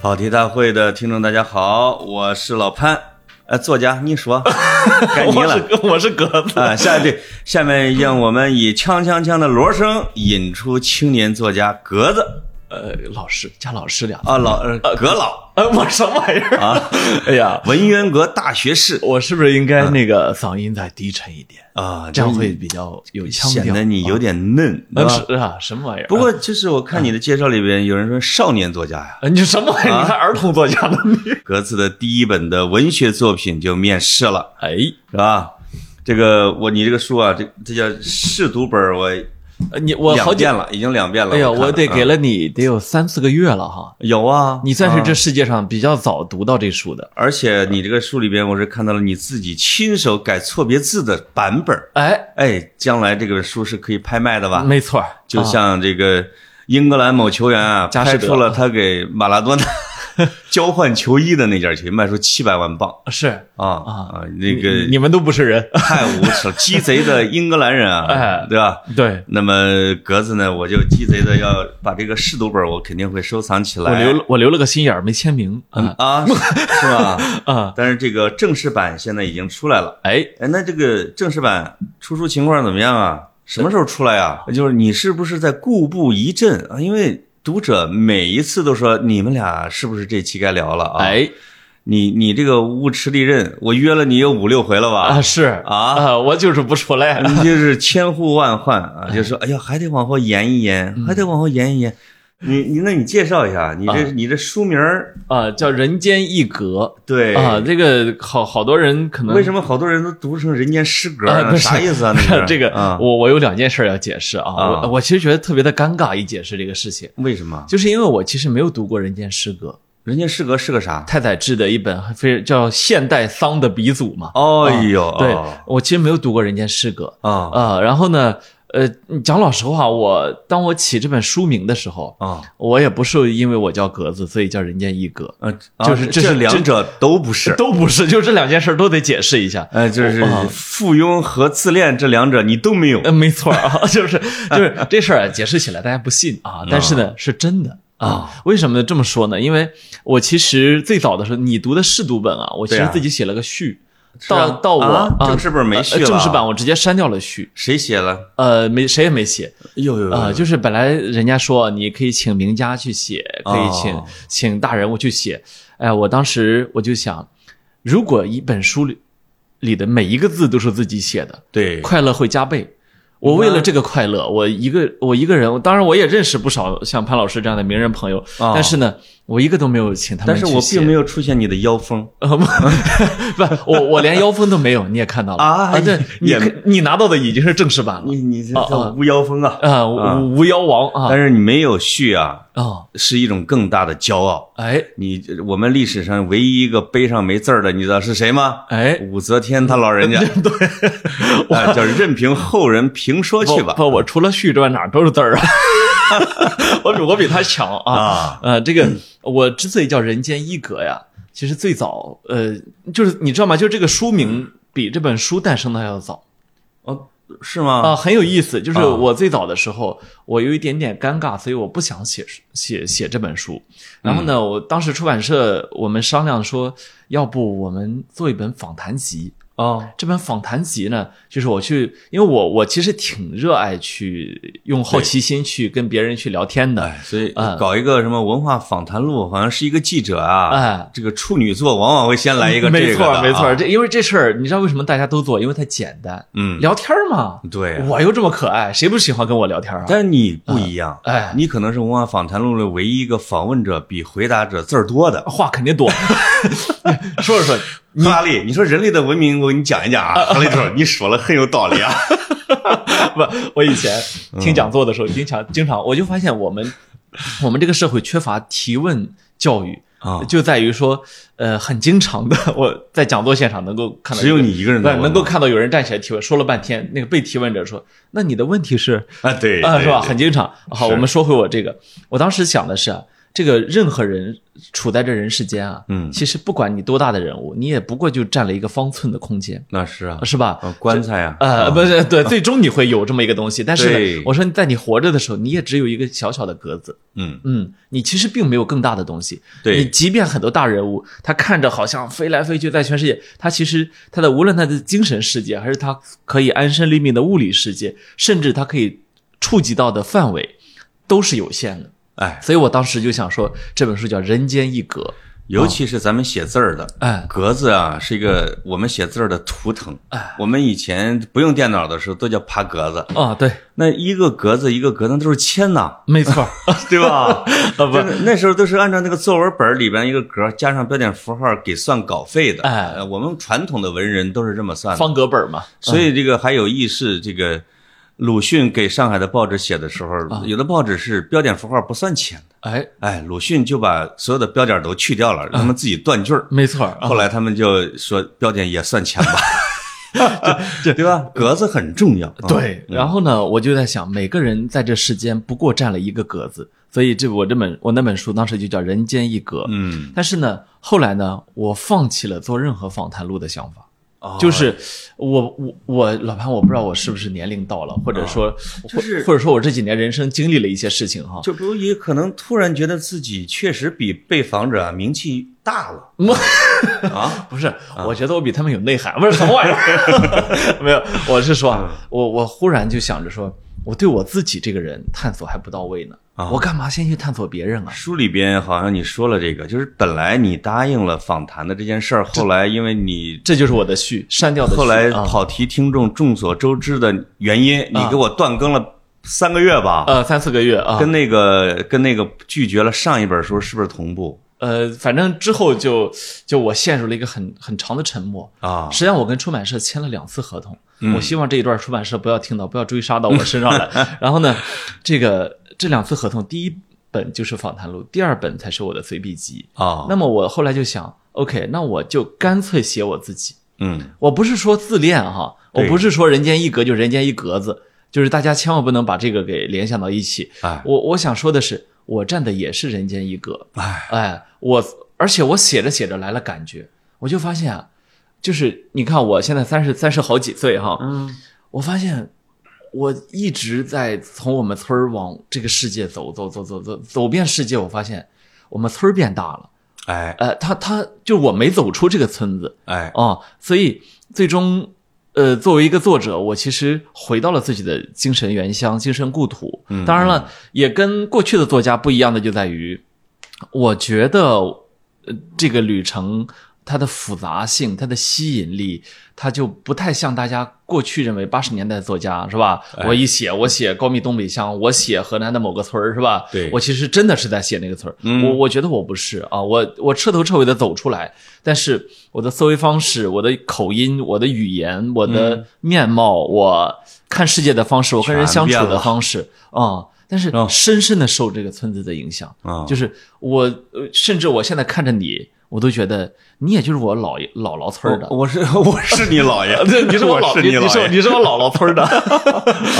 跑题大会的听众，大家好，我是老潘，呃，作家，你 说，该你了。我是我是格子，啊，下对，下面让我们以锵锵锵的锣声引出青年作家格子呃，老师加老师俩字，啊，老呃格老呃，我什么玩意儿 啊？哎呀，文渊阁大学士我是不是应该那个嗓音再低沉一点，啊，这样会比较有腔调？显得你有点嫩，对呃吧？是啊，什么玩意儿？不过就是我看你的介绍里边有人说少年作家呀， 呃你什么玩意儿？你还儿童作家呢？ 你格子的第一本的文学作品就面世了，哎，是吧？这个我你这个书啊，这这叫试读本儿，我呃你我两好久遍，了，已经两遍了。哎呀，我看我得给啊了你得有三四个月了哈。有啊，你算是这啊世界上比较早读到这书的，而且你这个书里边，我是看到了你自己亲手改错别字的版本儿。哎，哎，将来这个书是可以拍卖的吧？没错儿，就啊像这个英格兰某球员啊，加时拍德出了他给马拉多纳 交换球衣的那件球衣，卖出七百万镑是啊啊那个你你们都不是人，太无耻了，鸡贼的英格兰人啊，哎对吧？ 对那么格子呢，我就鸡贼的要把这个试读本儿，我肯定会收藏起来。我留了我留了个心眼儿没签名啊啊，是 吧？啊，但是这个正式版现在已经出来了。哎，哎，那这个正式版出书情况怎么样啊？什么时候出来啊？就是你是不是在故步一震啊？因为读者每一次都说你们俩是不是这期该聊了啊？，哎你你这个无耻利刃，我约了你有五六回了啊吧？是啊我就是不出来。你就是千呼万唤啊，就说哎嗯呀，还得往后延一延，还得往后延一延。你你那你介绍一下，你这、你这书名儿啊，叫《人间一格》对啊，这个好好多人可能哎为什么好多人都读成人间失格啊呢？不是啥意思 啊？那是这个啊，我我有两件事要解释啊，啊我我其实觉得特别的尴尬，一解释这个事情，为什么？就是因为我其实没有读过《人间失格人间失格是个啥》，？太宰治的一本非叫现代丧的鼻祖嘛。哦呦，对啊、我其实没有读过《人间失格》哦啊，然后呢，呃，讲老实话，我当我起这本书名的时候，哦我也不是因为我叫格子，所以叫《人间一格》。呃，就是啊这这是两者都不是，都不是，就这两件事都得解释一下。 呃，就是啊附庸和自恋这两者你都没有呃，没错儿啊， 就是就是这事儿啊解释起来大家不信啊，但是呢是真的啊。为什么这么说呢？因为我其实最早的时候，你读的试读本啊，我其对实啊自己写了个序，是啊到到我啊啊正式本没序呃了啊正式版我直接删掉了序，谁写了？呃，没谁也没写呦呦啊，就是本来人家说你可以请名家去写，可以请哦请大人物去写，哎，我当时我就想，如果一本书里里的每一个字都是自己写的，对，快乐会加倍。我为了这个快乐，我一个我一个人，当然我也认识不少像潘老师这样的名人朋友，哦但是呢，我一个都没有请他但们去是写。我并没有出现你的妖风，呃，不 不，我我连妖风都没有，你也看到了啊对你也啊可你拿到的已经是正式版了你你这哦叫哦无妖风啊，啊，无无妖王啊但是你没有序啊，啊，是一种更大的骄傲。哎你我们历史上唯一一个碑上没字儿的，你知道是谁吗？哎，武则天她老 人家，对， 啊，就是任凭后人评说去吧。不，不我除了序之外哪儿都是 字儿啊，我比我比他强啊。啊，呃，这个我之所以叫人间一格呀，其实最早呃，就是你知道吗？就这个书名比这本书诞生的还要早哦，是吗？啊、很有意思。就是啊我最早的时候，我有一点点尴尬，所以我不想写写写这本书。然后嗯呢，我当时出版社我们商量说，要不我们做一本访谈集。哦，这本访谈集呢，就是我去，因为我我其实挺热爱去用好奇心去跟别人去聊天的，哎，所以嗯搞一个什么文化访谈录，好像是一个记者啊，哎这个处女座往往会先来一个这没个的错啊没错，，这因为这事儿，你知道为什么大家都做？因为它简单，嗯，聊天儿嘛。对啊。我又这么可爱，谁不喜欢跟我聊天啊？但你不一样，哎你可能是文化访谈录的唯一一个访问者比回答者字儿多的。话肯 定多，说着说着，哈利，你说人类的文明，我给你讲一讲啊。哈利说，你说了很有道理啊。不，我以前嗯听讲座的时候，经常经常我就发现我们我们这个社会缺乏提问教育。啊就在于说，呃，很经常的， 我在讲座现场能够看到只一有个你一个人不在是问能够看到有人站起来提问，说了半天，那个被提问者说：“那你的问题是啊，对啊，是吧？对很经常。好，是我们说回我这个，我当时想的是啊，这个任何人处在这人世间啊，嗯其实不管你多大的人物，你也不过就占了一个方寸的空间，那是啊，是吧？啊棺材啊，呃，不是，对， 最终你会有这么一个 东西，但是对呢，我说在你活着的时候，你也只有一个小小的格子，嗯，嗯，你其实并没有更大的东西。你对，即便很多大人物，他看着好像飞来飞去在全世界，他其实他的无论他的精神世界，还是他可以安身立命的物理世界，甚至他可以触及到的范围，都是有限的。哎，所以我当时就想说，这本书叫《人间一格》，尤其是咱们写字儿的，哎格子啊，是一个我们写字儿的图腾。哎我们以前不用电脑的时候都叫爬格子，啊，对，呐那一个格子一个格子那都是铅呐， 没错，对吧？啊真的那时候都是按照那个作文本里边一个格加上标点符号给算稿费的。哎呃我们传统的文人都是这么算的。方格本嘛，所以这个还有意识，这个鲁迅给上海的报纸写的时啊候，有的报纸是标点符号不算钱的，哎，哎，鲁迅就把所有的标点都去掉了，让他们自己断句儿。没错啊后来他们就说标点也算钱吧， 对吧？格子很重要。啊对，然后呢，我就在想，每个人在这世间不过占了一个格子，所以这我这本我那本书当时就叫《人间一格》。嗯，但是呢，后来呢，我放弃了做任何访谈录的想法，哦就是我我我老潘，我不知道我是不是年龄到了，或者说，哦就或是或者说我这几年人生经历了一些事情哈。就刘也可能突然觉得自己确实比被访者啊名气大了嗯啊，不是，我觉得我比他们有内涵， 不是什么玩意儿， 没有，我是说嗯啊，我我忽然就想着说，我对我自己这个人探索还不到位呢，啊我干嘛先去探索别人啊？书里边好像你说了这个，就是本来你答应了访谈的这件事儿，后来因为你这就是我的序，删掉的序。后来啊跑题，听众众所周知的原因，你给我断更了三个月吧，呃三四个月啊，跟那个跟那个拒绝了上一本书是不是同步呃反正之后就就我陷入了一个很很长的沉默。啊？实际上，我跟出版社签了两次合同，我希望这一段出版社不要听到，不要追杀到我身上来。然后呢，这个这两次合同，第一本就是访谈录，第二本才是我的随笔集。啊，那么我后来就想，OK，那我就干脆写我自己。嗯，我不是说自恋啊哈，我对不是说人间一格就人间一格子，就是大家千万不能把这个给联想到一起。哎我我想说的是，我站的也是人间一格。哎我而且我写着写着来了感觉，我就发现啊，就是你看我现在三十三十好几岁哈，嗯，我发现我一直在从我们村儿往这个世界走走走走走走遍世界，我发现我们村儿变大了。哎呃，他他就我没走出这个村子，哎，哦，所以最终，呃，作为一个作者，我其实回到了自己的精神原乡、精神故土。嗯，当然了，也跟过去的作家不一样的就在于，我觉得，呃，这个旅程它的复杂性、它的吸引力，它就不太像大家过去认为八十年代的作家是吧？我一写，我写高密东北乡，我写河南的某个村儿是吧？对我其实真的是在写那个词儿。我我觉得我不是啊，我我彻头彻尾的走出来，但是我的思维方式、我的口音、我的语言、我的面貌、我看世界的方式、我跟人相处全变的了方式哦啊、但是嗯深深的受这个村子的影响。啊就是我，呃甚至我现在看着你，我都觉得你也就是我姥爷姥姥村儿的。，我我是我是你姥爷 对， 你是我姥，是你你你是我姥爷，你是我姥姥村 儿的，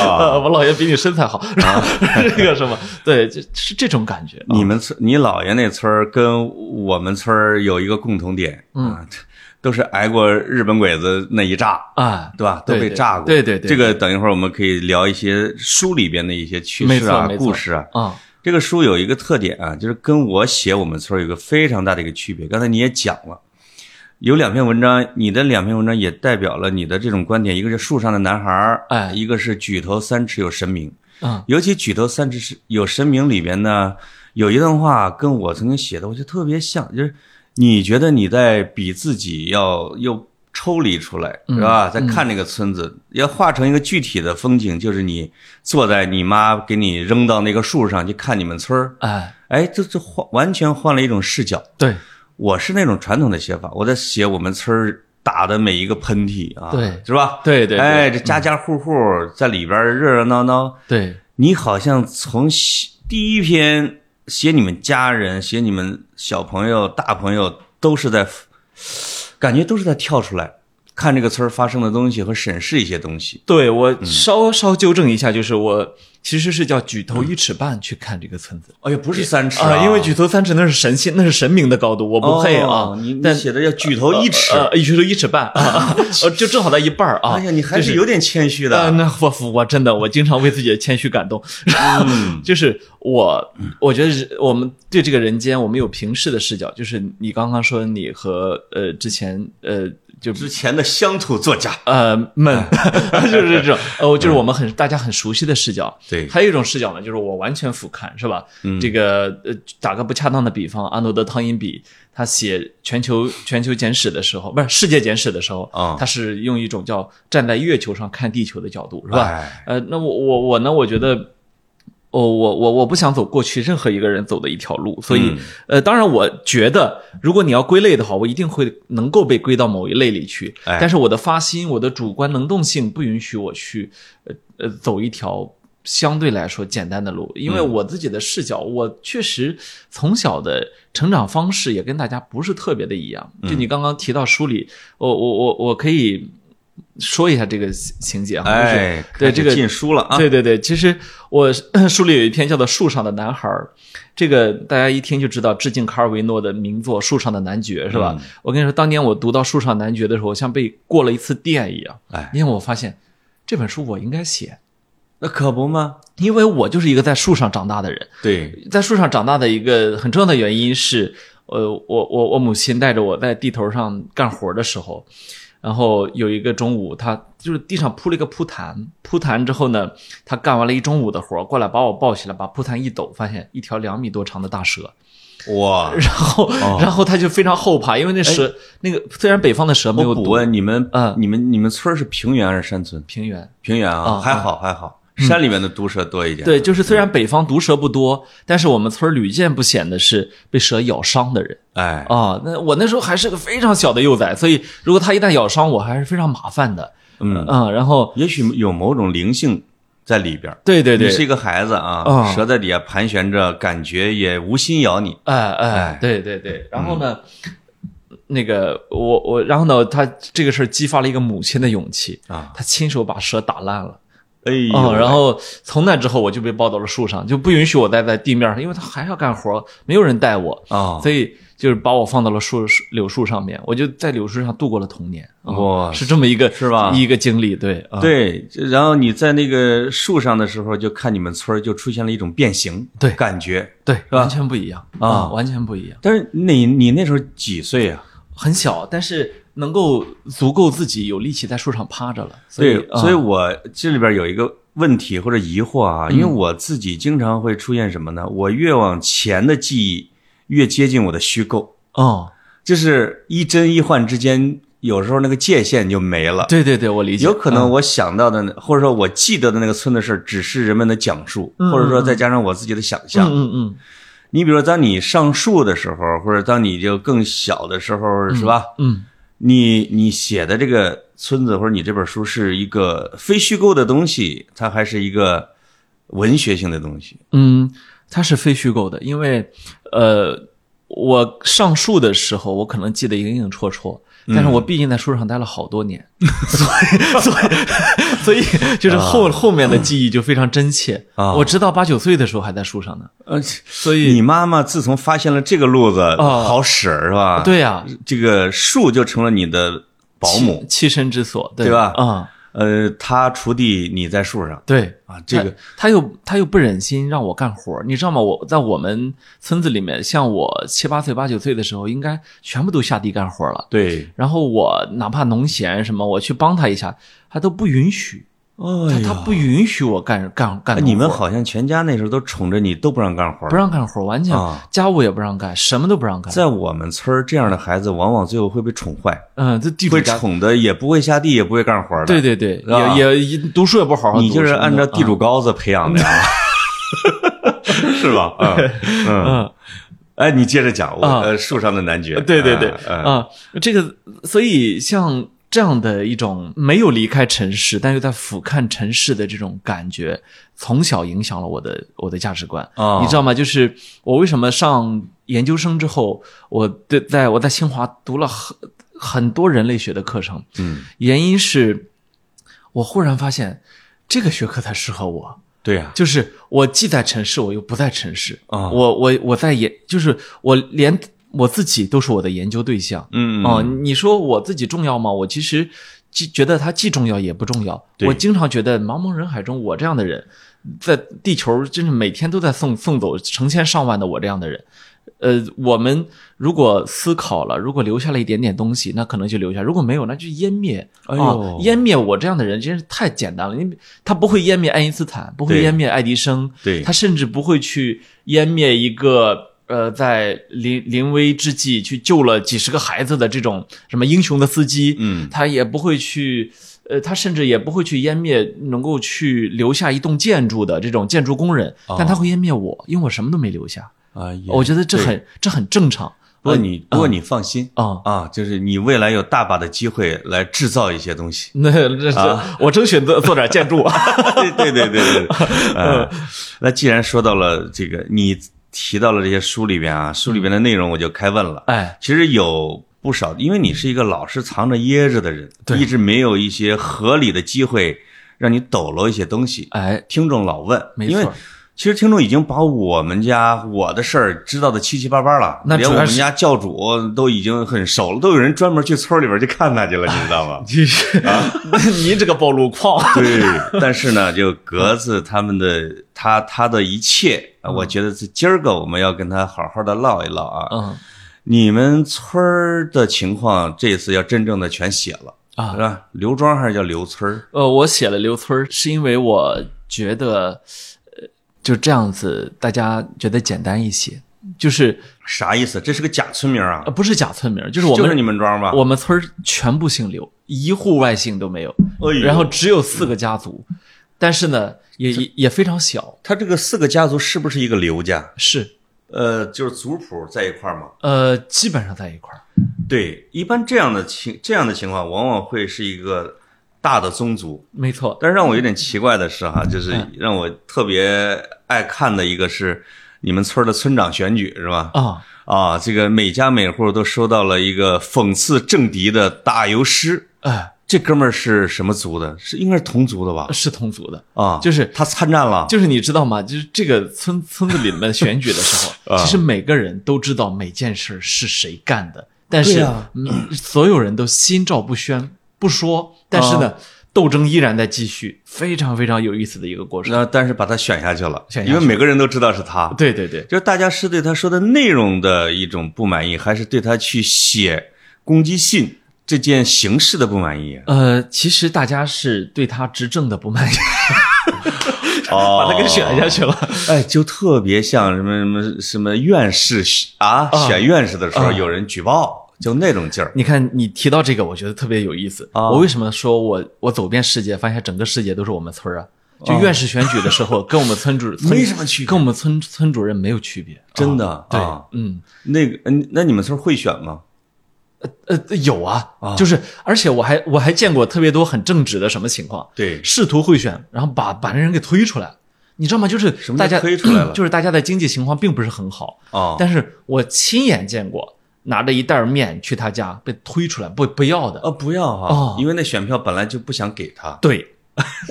呃我姥爷比你身材好， 这个什么，对，就是这种感觉啊。你们村你姥爷那村儿跟我们村儿有一个共同点，嗯， 都是挨过日本鬼子那一炸。啊，对吧？都对被对炸过。对对对这个等一会儿我们可以聊一些书里边的一些趣没事错啊、没错故事啊。啊，这个书有一个特点啊，就是跟我写我们村儿有一个非常大的一个区别。刚才你也讲了，有两篇文章，你的两篇文章也代表了你的这种观点，一个是树上的男孩儿，哎一个是举头三尺有神明。嗯，尤其举头三尺有神明里边呢，有一段话跟我曾经写的，我觉得特别像，就是你觉得你在比自己要又抽离出来，嗯是吧？在看这个村子，要画成一个具体的风景，就是你坐在你妈给你扔到那个树上去看你们村儿，哎，哎，这这换完全换了一种视角。对我是那种传统的写法，我在写我们村儿打的每一个喷嚏啊，对是吧？对对对哎，这家家户户在里边儿热热闹闹。对，你好像从写第一篇写你们家人、写你们小朋友、大朋友，都是在感觉都是在跳出来，看这个词儿发生的东西和审视一些东西。对嗯我稍稍纠正一下，就是我其实是叫举头一尺半去看这个村子哎呀，不是三尺啊，因为举头三尺那是神仙，那是神明的高度，我不配哦啊。你你但写的要举头一尺，呃，举头一尺半 啊，呃，就正好在一半儿啊。哎呀，你还就是有点谦虚的。呃，那我我真的我经常为自己的谦虚感动，嗯 就是我我觉得是我们对这个人间，我们有平视的视角，就是你刚刚说你和呃之前呃就之前的乡土作家，呃们， 就是这种嗯呃就是我们很大家很熟悉的视角。对还有一种视角呢，就是我完全俯瞰，是吧？嗯这个呃，打个不恰当的比方，阿诺德·汤因比他写全球全球简史的时候，不是世界简史的时候，啊他是用一种叫站在月球上看地球的角度，是吧？哎呃，那我我我呢？我觉得，哦，我我我不想走过去任何一个人走的一条路，所以、嗯呃，当然我觉得，如果你要归类的话，我一定会能够被归到某一类里去。哎但是我的发心，我的主观能动性不允许我去呃呃走一条。相对来说简单的路，因为嗯我自己的视角，我确实从小的成长方式也跟大家不是特别的一样。嗯就你刚刚提到书里，我我我我可以说一下这个情情节哈，就是哎，对开始这个进书了啊，对对对，其实我 书里有一篇叫做《树上的男孩》，儿》，这个大家一听就知道致敬卡尔维诺的名作《树上的男爵》，是嗯吧？我跟你说，当年我读到《树上男爵》的时候，像被过了一次电一样，哎，因为我发现这本书我应该写，那可不吗？因为我就是一个在树上长大的人。对，在树上长大的一个很重要的原因是，呃，我我我母亲带着我在地头上干活的时候，然后有一个中午，她就是地上铺了一个铺坛，铺坛之后呢，她干完了一中午的活，过来把我抱起来，把铺坛一抖，发现一条两米多长的大蛇， 哇！然后、哦然后她就非常后怕，因为那蛇、那个虽然北方的蛇没 哎有我补毒，问你们嗯，你们你们村儿是平原还是山村？平原平原啊，啊还好还好，山里面的毒蛇多一点。嗯对，就是虽然北方毒蛇不多，但是我们村儿屡见不鲜的是被蛇咬伤的人。哎，啊、那我那时候还是个非常小的幼崽，所以如果它一旦咬伤我，还是非常麻烦的。嗯，嗯，然后也许有某种灵性在里边儿。对对对你，是一个孩子啊，啊蛇在底下盘旋着，感觉也无心咬你。哎哎哎，对对对，然后呢，那个我我，然后呢，他这个事儿激发了一个母亲的勇气啊他亲手把蛇打烂了。哎呦，哦，然后从那之后我就被抱到了树上，就不允许我待在地面上，因为他还要干活，没有人带我，啊，所以就是把我放到了树树柳树上面，我就在柳树上度过了童年。嗯哇是这么一个啊是吧一个经历，对啊对，然后你在那个树上的时候，就看你们村儿就出现了一种变形，对感觉。对，吧完全不一样啊完全不一样，但是你你那时候几岁啊？很小，但是能够足够自己有力气在树上趴着了。所以嗯啊对，，所以以我这里边有一个问题或者疑惑啊，因为嗯我自己经常会出现什么呢？我越往前的记忆越接近我的虚构，哦，就是一真一幻之间，有时候那个界限就没了。对对对，我理解，有可能嗯我想到的，或者说我记得的那个村的事儿，只是人们的讲述，嗯或者说再加上我自己的想象。嗯嗯你比如说，当你上树的时候，或者当你就更小的时候，是吧？嗯你你写的这个村子或者你这本书是一个非虚构的东西，它还是一个文学性的东西。嗯嗯，它是非虚构的，因为呃，我上树的时候，我可能记得隐隐绰绰。嗯但是我毕竟在树上待了好 多年，所 以所以所以就是后、后面的记忆就非常真切。啊我直到八九岁的时候还在树上呢，呃，所以你妈妈自从发现了这个路子好使是吧？，哦对啊呀、这个树就成了你的保姆。栖身之所，对对吧啊、呃，她锄地，你在树上对。啊，这个他他又他又不忍心让我干活儿，你知道吗？我在我们村子里面，像我七八岁、八九岁的时候，应该全部都下地干活儿了。对。然后我哪怕农闲什么，我去帮他一下，他都不允许，他哎他不允许我干干干哎农活儿。你们好像全家那时候都宠着你，都不让干活儿。不让干活儿，完全啊家务也不让干，什么都不让干。在我们村儿，这样的孩子往往最后会被宠坏，嗯，这地主会家，宠的也不会下地，也不会干活的。对，对对，吧也也读书也不好好读什么的。啊你就是按照地主高子培养的， 啊是吧？嗯嗯。嗯，哎，你接着讲，我啊呃，树上的男爵。对对对，嗯啊、这个，所以像这样的一种没有离开城市，但又在俯瞰城市的这种感觉，从小影响了我的我的价值观。哦你知道吗？就是我为什么上研究生之后，我对在我在清华读了很很多人类学的课程，嗯，原因是我忽然发现这个学科才适合我，对呀、就是我既在城市，我又不在城市，啊我我我在研，就是我连我自己都是我的研究对象，嗯哦，你说我自己重要吗？我其实既觉得它既重要也不重要。对我经常觉得茫茫人海中，我这样的人，在地球真是每天都在送送走成千上万的我这样的人。呃，我们如果思考了，如果留下了一点点东西，那可能就留下；如果没有，那就湮灭。哎呦啊湮灭我这样的人真是太简单了。因为他不会湮灭爱因斯坦，不会对湮灭爱迪生，对他甚至不会去湮灭一个呃，在临临危之际去救了几十个孩子的这种什么英雄的司机，嗯他也不会去。呃，他甚至也不会去湮灭能够去留下一栋建筑的这种建筑工人，但他会湮灭我，因为我什么都没留下。啊，哦也我觉嗯得这对很这很正常。不过你不过你放心啊、。啊，就是你未来有大把的机会来制造一些东西 那那是、啊 我争取做做点建筑。对对对 对对，啊，那既然说到了这个，你提到了这些书里边啊，书里边的内容我就开问了。哎，其实有不少，因为你是一个老是藏着掖着的人，一直没有一些合理的机会让你抖搂一些东西。哎，听众老问，没因为错其实听众已经把我们家我的事儿知道的七七八八了，那主连要我是？们家教主都已经很熟了，都有人专门去村里边去看他去了，你知啊道吗 你是、你这个暴露狂。对，但是呢，就格子他们的他他的一切，嗯啊我觉得这今儿个我们要跟他好好的唠一唠啊。嗯你们村儿的情况，这次要真正的全写了啊是吧？刘庄还是叫刘村儿？呃，我写了刘村儿，是因为我觉得，呃，就这样子，大家觉得简单一些。就是啥意思？这是个假村名啊呃，？不是假村名儿，就是我们、就是你们庄吧？我们村儿全部姓刘，一户外姓都没有，哎呦然后只有四个家族，但是呢，也也也非常小，他这个四个家族是不是一个刘家？是呃，就是族谱在一块儿嘛。呃，基本上在一块儿。对，一般这样的情这样的情况，往往会是一个大的宗族。没错，但是让我有点奇怪的是嗯哈，就是让我特别爱看的一个是你们村儿的村长选举是吧？啊，啊，这个每家每户都收到了一个讽刺政敌的打油诗。哎、这哥们儿是什么族的？是应该是同族的吧？是同族的，啊，就是他参战了。就是你知道吗？就是这个村村子里面选举的时 候，啊其实每个人都知道每件事是谁干的，但是、对啊嗯所有人都心照不宣，不说。但是呢，啊斗争依然在继续，非常非常有意思的一个过程。那但是把他选下去了，选下因为去每个人都知道是他。对对对，就是大家是对他说的内容的一种不满意，还是对他去写攻击信这件形式的不满意？啊呃，其实大家是对他执政的不满意，哦 把他给选下去了。哎，就特别像什么什么什么院士啊，啊选院士的时候啊嗯有人举报，就那种劲儿。你看，你提到这个，我觉得特别有意思。啊我为什么说我我走遍世界，发现整个世界都是我们村儿啊？就院士选举的时候，跟我们村主村 没什么区别跟我们村村主任没有区别。真的对啊，嗯，那个，嗯，那你们村儿会选吗？呃，有啊，就是，而且我还我还见过特别多很正直的什么情况，对试图贿选，然后把把那人给推出来，你知道吗？就是么叫大家嗯推出来了就是大家的经济情况并不是很好，啊，但是我亲眼见过拿着一袋面去他家被推出来不不要的，啊不要哦哈，因为那选票本来就不想给他，对，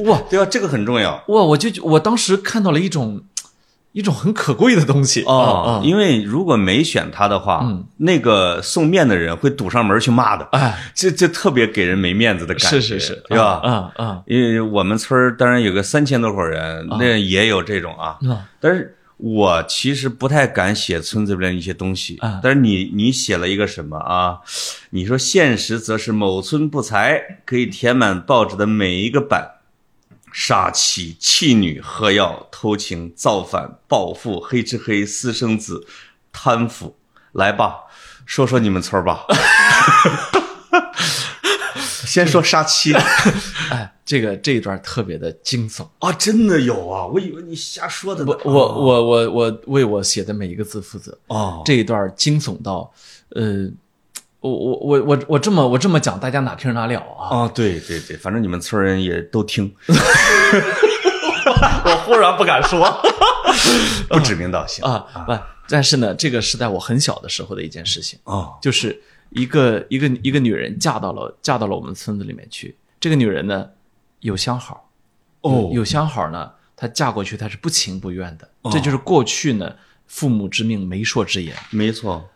哇对吧？啊这个很重要哇，我就我当时看到了一种一种很可贵的东西哦啊，因为如果没选他的话嗯，那个送面的人会堵上门去骂的，啊哎，这这特别给人没面子的感觉，是是是，对吧？嗯嗯因为我们村儿当然有个三千多口人，啊那也有这种啊。嗯但是我其实不太敢写村子里边一些东西啊但是你你写了一个什么啊？你说现实则是某村不才，可以填满报纸的每一个版。杀妻、弃女、喝药、偷情、造反、暴富、黑吃黑、私生子、贪腐，来吧，说说你们村儿吧。 先说杀妻啊、哎，这个这一段特别的惊悚。哦真的有啊！我以为你瞎说的呢。我我我我我为我写的每一个字负责。哦，这一段惊悚到，呃，我我我我我这么我这么讲，大家哪听哪了啊？哦，对对对，反正你们村儿人也都听， 我忽然不敢说 不指名道姓啊啊啊，不，但是呢，这个是在我很小的时候的一件事情，哦就是一个一个一个女人嫁到了嫁到了我们村子里面去。这个女人呢，有相好，哦有相好呢，她嫁过去她是不情不愿的，哦这就是过去呢父母之命媒妁之言。没错，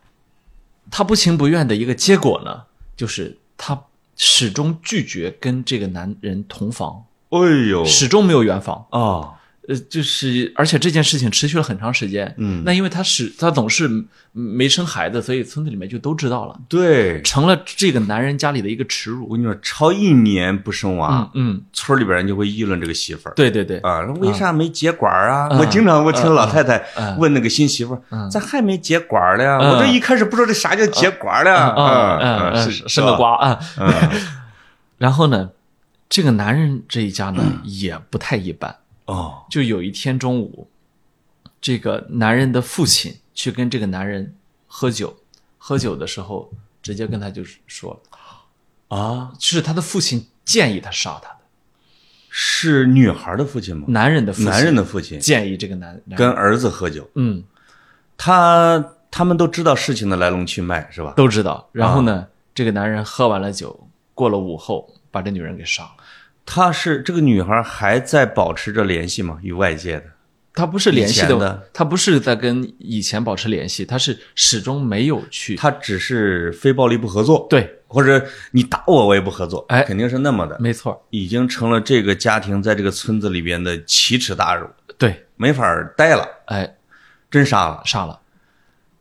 她不情不愿的一个结果呢，就是她始终拒绝跟这个男人同房，哎呦，始终没有圆房。哦，呃，就是，而且这件事情持续了很长时间。嗯那因为她是她总是嗯没生孩子，所以村子里面就都知道了，对，成了这个男人家里的一个耻我辱。跟你说，超一年不生娃，嗯嗯，村里边人就会议论这个媳妇儿。对对对，啊，那为啥没结管儿啊？嗯我经常会听老太太嗯问那个新媳妇儿嗯：“咋还没结管儿了呀？”嗯我这一开始不知道这啥叫结管儿了呀。嗯嗯，是嗯，生个。瓜啊。是吧嗯，然后呢，这个男人这一家呢也不太一般。哦，就有一天中午，这个男人的父亲去跟这个男人喝酒，喝酒的时候直接跟他就是说，啊，是他的父亲建议他杀他的，是女孩的父亲吗？男人的父亲，男人的父亲建议这个男男人跟儿子喝酒，嗯他他们都知道事情的来龙去脉是吧？都知道。然后呢，这个男人喝完了酒，过了午后把这女人给杀了。他是这个女孩还在保持着联系吗？与外界的？他不是联系以前的他不是在跟以前保持联系，他是始终没有去。他只是非暴力不合作，对，或者你打我我也不合作，哎肯定是那么的，没错，已经成了这个家庭在这个村子里边的奇耻大辱，对，没法儿待了，哎，真杀了，杀了，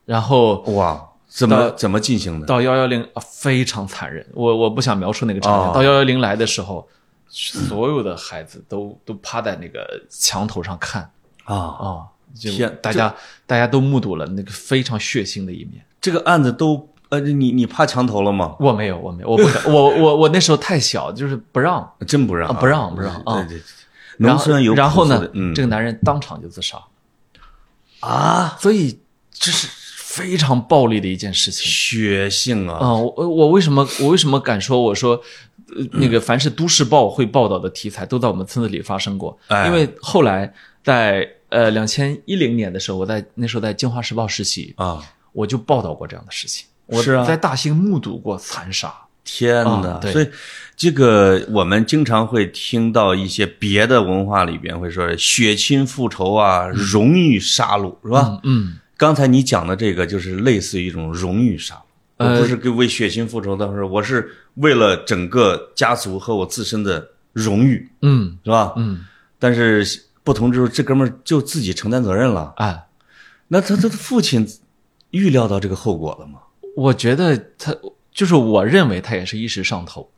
然后哇，怎么怎么进行的？到幺幺零啊非常残忍，我我不想描述那个场景。哦到幺幺零来的时候，所有的孩子都都趴在那个墙头上看啊、啊，就天大家大家都目睹了那个非常血腥的一面。这个案子都呃，你你趴墙头了吗？我没有，我没有，我不敢，我我我那时候太小，就是不让。真不让啊，啊不让不让对啊对对，农村有然后朴素然后的呢，嗯，这个男人当场就自杀，啊，所以这是非常暴力的一件事情。血性啊，啊，我我为什么我为什么敢说我说，呃那嗯个凡是都市报会报道的题材都在我们村子里发生过，哎因为后来在呃两千一零年的时候，我在那时候在《京华时报》实习，啊，我就报道过这样的事情。我是啊在大兴目睹过残杀，天呐啊，对所以这个我们经常会听到一些别的文化里边会说血亲复仇啊，荣誉杀戮是吧？嗯，刚才你讲的这个就是类似于一种荣誉杀戮。呃我不是给为血亲复仇，但是我是为了整个家族和我自身的荣誉，嗯是吧？嗯，但是不同之处，这哥们儿就自己承担责任了。哎，那他他的父亲预料到这个后果了吗？我觉得他就是我认为他也是一时上头，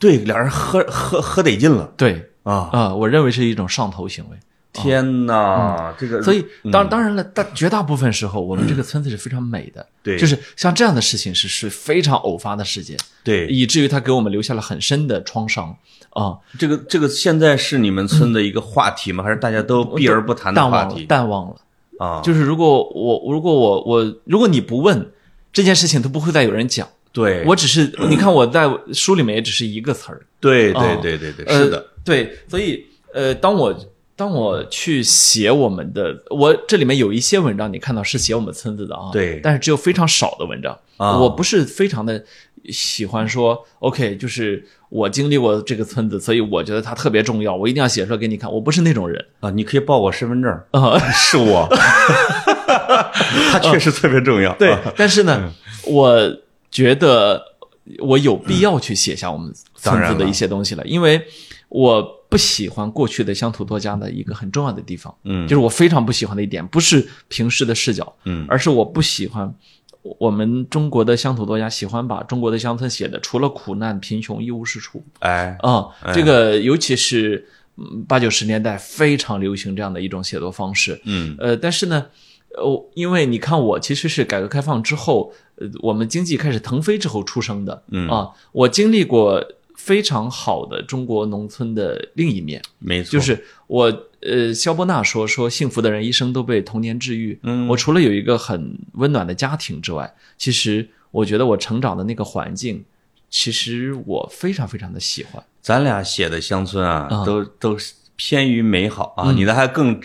对，俩人喝喝喝得劲了对啊！啊、我认为是一种上头行为。天呐，这个所以嗯，当当然了，大绝大部分时候，我们这个村子是非常美的，对就是像这样的事情是是非常偶发的事件，对以至于它给我们留下了很深的创伤啊，这个这个现在是你们村的一个话题吗？还是大家都避而不谈的淡话忘了，题淡忘了。啊？就是如果我如果我我如果你不问这件事情，都不会再有人讲。对，我只是你看我在书里面也只是一个词儿，对哦对对对对，是呃的，对，所以呃，当我当我去写我们的，我这里面有一些文章，你看到是写我们村子的啊，对但是只有非常少的文章。啊我不是非常的喜欢说，OK，就是我经历过这个村子，所以我觉得它特别重要，我一定要写出来给你看。我不是那种人啊，你可以报我身份证，啊、 是 我，他确实特别重要。对啊，但是呢，我觉得我有必要去写下我们村嗯当然子了的一些东西了，因为我不喜欢过去的乡土作家的一个很重要的地方，嗯就是我非常不喜欢的一点，不是平时的视角，嗯而是我不喜欢。我们中国的乡土作家喜欢把中国的乡村写的除了苦难、贫穷一无是处哎，啊、哎这个尤其是嗯八九十年代非常流行这样的一种写作方式。嗯呃，但是呢，呃，因为你看我其实是改革开放之后，呃，我们经济开始腾飞之后出生的，嗯啊，我经历过非常好的中国农村的另一面，没错，就是我呃，萧伯纳说说幸福的人一生都被童年治愈，嗯我除了有一个很温暖的家庭之外，其实我觉得我成长的那个环境，其实我非常非常的喜欢，咱俩写的乡村啊，啊都都是偏于美好啊，嗯你的还更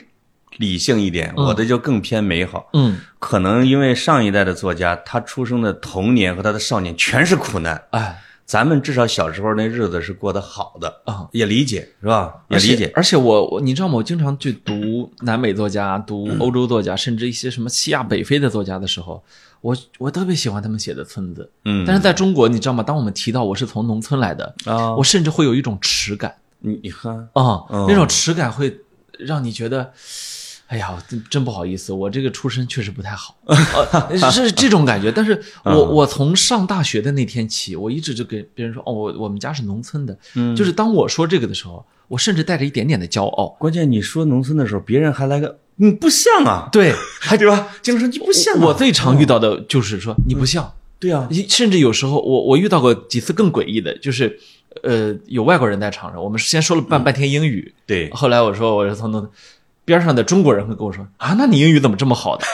理性一点，嗯我的就更偏美好。嗯，可能因为上一代的作家，他出生的童年和他的少年全是苦难，哎咱们至少小时候那日子是过得好的，啊。也理解是吧？也而且理解，而且我我你知道吗？我经常去读南美作家、读嗯欧洲作家，甚至一些什么西亚、北非的作家的时候，我我特别喜欢他们写的村子。嗯。但是在中国，你知道吗？当我们提到我是从农村来的，啊，我甚至会有一种耻感你你看，啊、嗯那种耻感会让你觉得。哎呀，我真真不好意思，我这个出身确实不太 好，呃、是是这种感觉。但是我、我从上大学的那天起，我一直就给别人说，哦，我我们家是农村的，嗯就是当我说这个的时候，我甚至带着一点点的骄傲，关键你说农村的时候，别人还来个你不像啊，对， 还对吧？经常说你不像啊，我最常遇到的就是说你不像，对啊，甚至有时候我我遇到过几次更诡异的，就是呃有外国人在场上，我们先说了半半天英语，对，后来我说我是从那边上的中国人会跟我说啊，那你英语怎么这么好的？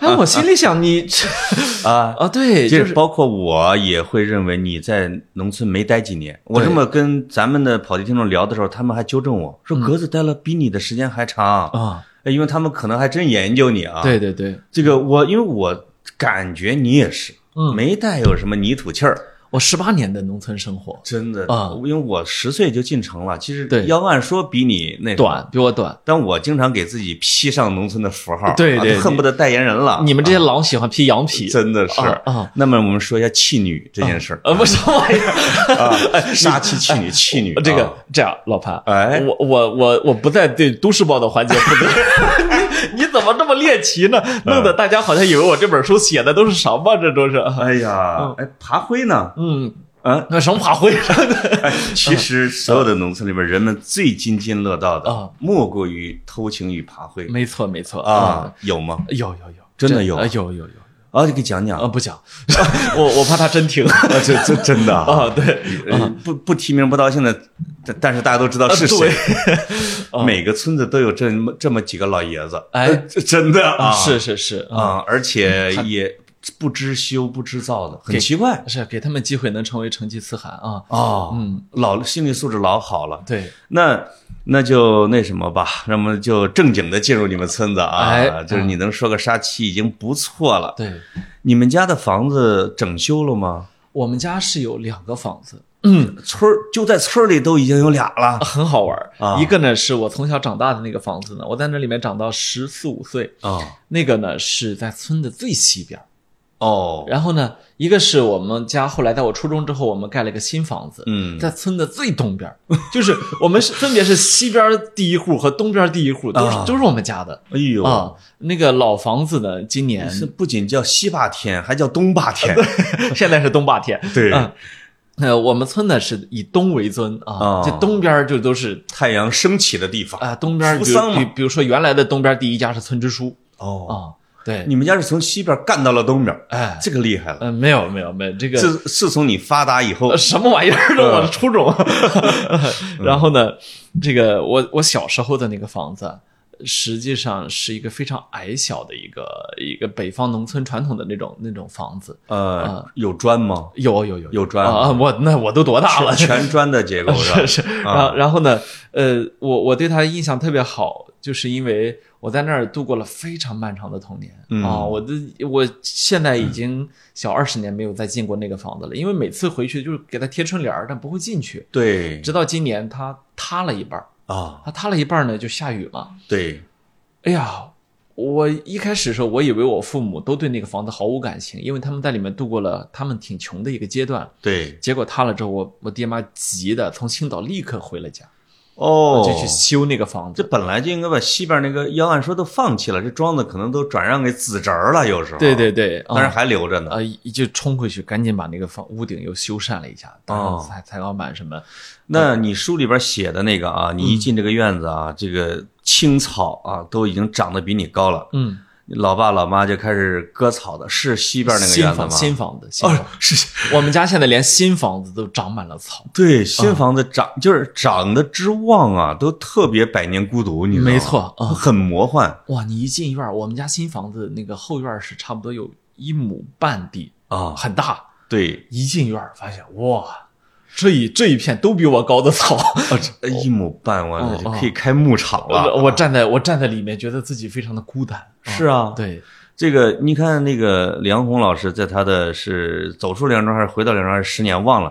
哎，我心里想你 这啊，啊，对，就就是是包括我也会认为你在农村没待几年。我对这么跟咱们的跑题听众聊的时候，他们还纠正我说格子待了比你的时间还长，啊，哎因为他们可能还真研究你啊。，对对对，这个我因为我感觉你也是，嗯没带有什么泥土气儿，我十八年的农村生活真的啊因为我十岁就进城了，其实对要按说比你那什么，短，比我短。但我经常给自己披上农村的符号，对啊对恨不得代言人了。你们这些老喜欢披羊 皮，啊真的是啊啊那么我们说一下弃女这件事儿呃，不是我呀。啊， 杀妻弃女，弃女这啊个这样，老潘，哎我我我我不在对都市报的环节负责。 你你怎么这么猎奇呢？弄嗯得大家好像以为我这本书写的都是什么，这都是。啊哎呀，哎，爬灰呢？嗯，啊，那什么爬灰啥的， 其实所有的农村里边，人们最津津乐道的啊，莫过于偷情与爬灰 没错没错啊，，有吗？嗯有有有，真的有啊啊有有有啊，就给讲讲啊，不讲， 我我怕他真 听啊， 这这哦真的 啊，对，呃不不提名不道姓的，但但是大家都知道是谁。 每个村子都有这么这么几个老爷子，哎呃这真的啊，是是是啊，啊，而且也不知羞不知臊的，很奇怪呃是给他们机会能成为成吉思汗啊，哦，嗯，老心理素质老好了。对，那那就那什么吧，那么就正经的进入你们村子啊，哎就是你能说个杀妻已经不错了。对，你们家的房子整修了吗？我们家是有两个房子，嗯，村儿就在村儿里都已经有俩了很好玩儿啊一个呢是我从小长大的那个房子呢，我在那里面长到十四五岁，啊那个呢是在村的最西边儿。哦，然后呢，一个是我们家后来在我初中之后，我们盖了个新房子，嗯在村的最东边儿，就是我们是分别是西边儿第一户和东边儿第一户，都是、啊都是我们家的哎呦，啊。那个老房子呢，今年是不仅叫西霸天，还叫东啊霸天 现在是东霸天，对嗯呃，我们村呢是以东为尊啊啊，这东边儿就都是太阳升起的地方啊，东边儿扶比桑如嘛比比如说原来的东边儿第一家是村支书啊、哦。对，你们家是从西边干到了东边，哎，这个厉害了。呃，没有没有没有，这个自自从你发达以后呃， 什么玩意儿呢？嗯我的初 中， 然后呢，这个我我小时候的那个房子。啊实际上是一个非常矮小的一个一个北方农村传统的那种那种房子，呃，啊有砖 吗？有有有有砖啊！啊我那我都多大了？全砖的 啊结构是吧是？是，然后然后呢，呃，我我对他印象特别好，就是因为我在那儿度过了非常漫长的童年啊、嗯我的我现在已经小二十年没有再进过那个房子了，因为每次回去就是给他贴春联儿，但不会进去，对直到今年它塌了一半儿，啊，它塌了一半儿呢就下雨嘛，对，哎呀。我一开始的时候，我以为我父母都对那个房子毫无感情，因为他们在里面度过了他们挺穷的一个阶段。对，结果塌了之后，我我爹妈急的从青岛立刻回了家。哦，就去修那个房这子。本来就应该把西边那个要按说都放弃了，这庄子可能都转让给子侄儿了，有时候。对对，对，但是啊还留着呢。呃一就冲回去，赶紧把那个房屋顶又修缮了一下，当哦然才才要满什么那你书里边写的那个啊，你一嗯进这个院子啊，这个青草啊都已经长得比你高了，嗯，老爸老妈就开始割草的，是西边那个新院子吗房？新房子，新哦房，是， 我们家现在连新房子都长满了草，对，啊新房子长、就是长得之旺啊，都特别百年孤独，你知道吗？没错啊很魔幻哇！你一进院儿，我们家新房子那个后院儿是差不多有一亩半地，啊，很大。对，一进院儿发现哇，这一这一片都比我高的草，呃一亩半，我就可以开牧场了。哦 呃啊我站在我站在里面，觉得自己非常的孤单。是啊，对，这个你看，那个梁红老师在他的是走出梁庄还是回到梁庄还是十年忘了，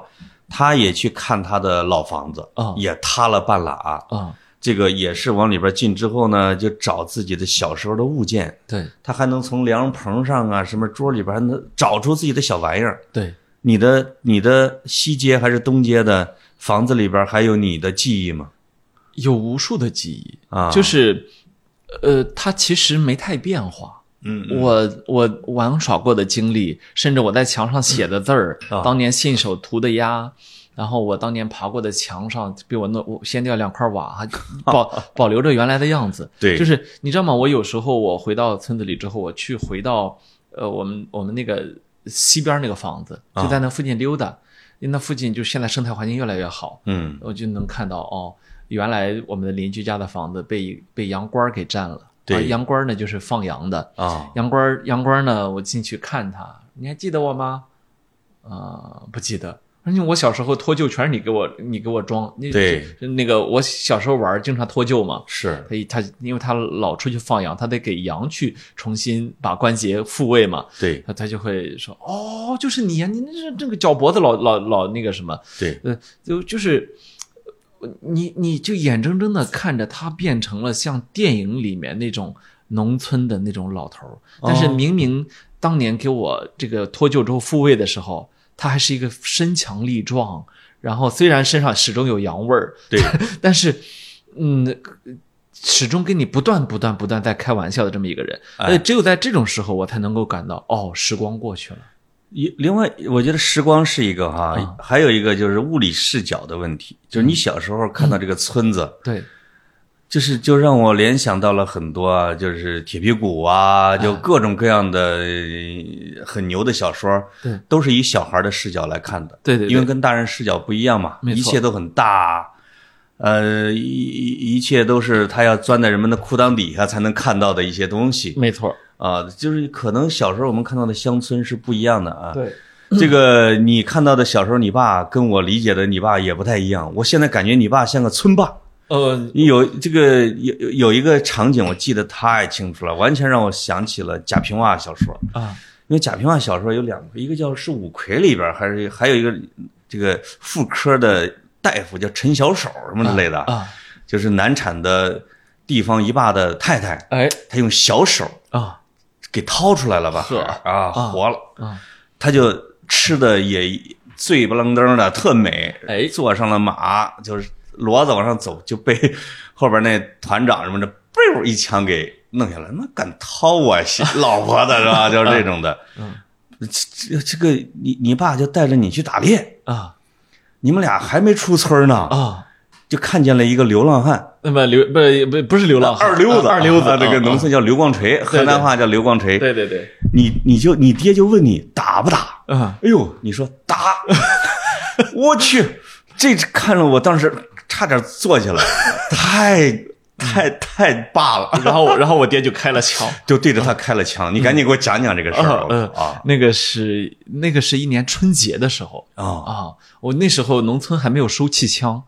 他也去看他的老房子啊也塌了半拉。啊，这个也是往里边进之后呢，就找自己的小时候的物件，对他还能从凉棚上啊，什么桌里边还能找出自己的小玩意儿。对，你的你的西街还是东街的房子里边还有你的记忆吗？有无数的记忆，啊，就是，呃，它其实没太变化。嗯，嗯我我玩耍过的经历，甚至我在墙上写的字儿，啊当年信手涂的鸦，然后我当年爬过的墙上被我弄我掀掉两块瓦， 还保保留着原来的样子。对就是你知道吗？我有时候我回到村子里之后，我去回到呃我们我们那个西边那个房子，就啊在那附近溜达，因为那附近就现在生态环境越来越好，嗯，我就能看到哦，原来我们的邻居家的房子被被羊倌儿给占了。对啊羊倌儿呢就是放羊的，啊，羊倌儿羊倌儿呢，我进去看他，你还记得我吗？啊、不记得。而且我小时候脱臼全是你给我你给我装，那对那个我小时候玩儿经常脱臼嘛。是他他，因为他老出去放羊，他得给羊去重新把关节复位嘛，对他他就会说，哦，就是你呀、你那这这个脚脖子老老老那个什么，对，呃，就就是呃你你就眼睁睁的看着他变成了像电影里面那种农村的那种老头儿，但是哦明明当年给我这个脱臼之后复位的时候，他还是一个身强力壮，然后虽然身上始终有洋味儿，对， 但是嗯。始终跟你不断、不断、不断在开玩笑的这么一个人，哎呃，只有在这种时候，我才能够感到，哦，时光过去了。一另外，我觉得时光是一个哈，啊嗯还有一个就是物理视角的问题，就是你小时候看到这个村子，对，就是就让我联想到了很多啊，就是铁皮鼓啊，就各种各样的呃很牛的小说，对都是以小孩的视角来看的，对对对因为跟大人视角不一样嘛，没错一切都很大。呃，一一一切都是他要钻在人们的裤裆底下才能看到的一些东西没错，啊，就是可能小时候我们看到的乡村是不一样的啊。对，这个你看到的小时候你爸跟我理解的你爸也不太一样，我现在感觉你爸像个村霸。呃，有这个有有有一个场景我记得太清楚了，完全让我想起了贾平凹小说。啊，因为贾平凹小说有两个，一个叫是五魁里边，还是还有一个这个妇科的大夫叫陈小手什么之类的，啊，就是难产的地方一霸的太太，哎她用小手啊给掏出来了吧？呵啊，活了。啊，他就吃的也醉不愣登的，特美。哎坐上了马，就是骡子往上走，就被后边那团长什么的，嘣一枪给弄下来。那敢掏我 媳老婆的是吧？就是这种的。嗯这这这个你你爸就带着你去打猎，啊你们俩还没出村呢，啊！就看见了一个流浪汉，那么流不不不是流浪汉，二溜子，啊二溜子啊，这个农，啊村叫刘光锤，河南话叫刘光啊锤。对对对，你你就你爹就问你打不打？啊，哎呦，你说 打，我去，这看着我当时差点坐下来， 太太嗯太霸了，然后然后我爹就开了枪，就对着他开了枪。你赶紧给我讲讲这个事儿嗯啊那个是那个是一年春节的时候啊！啊，我那时候农村还没有收 气枪，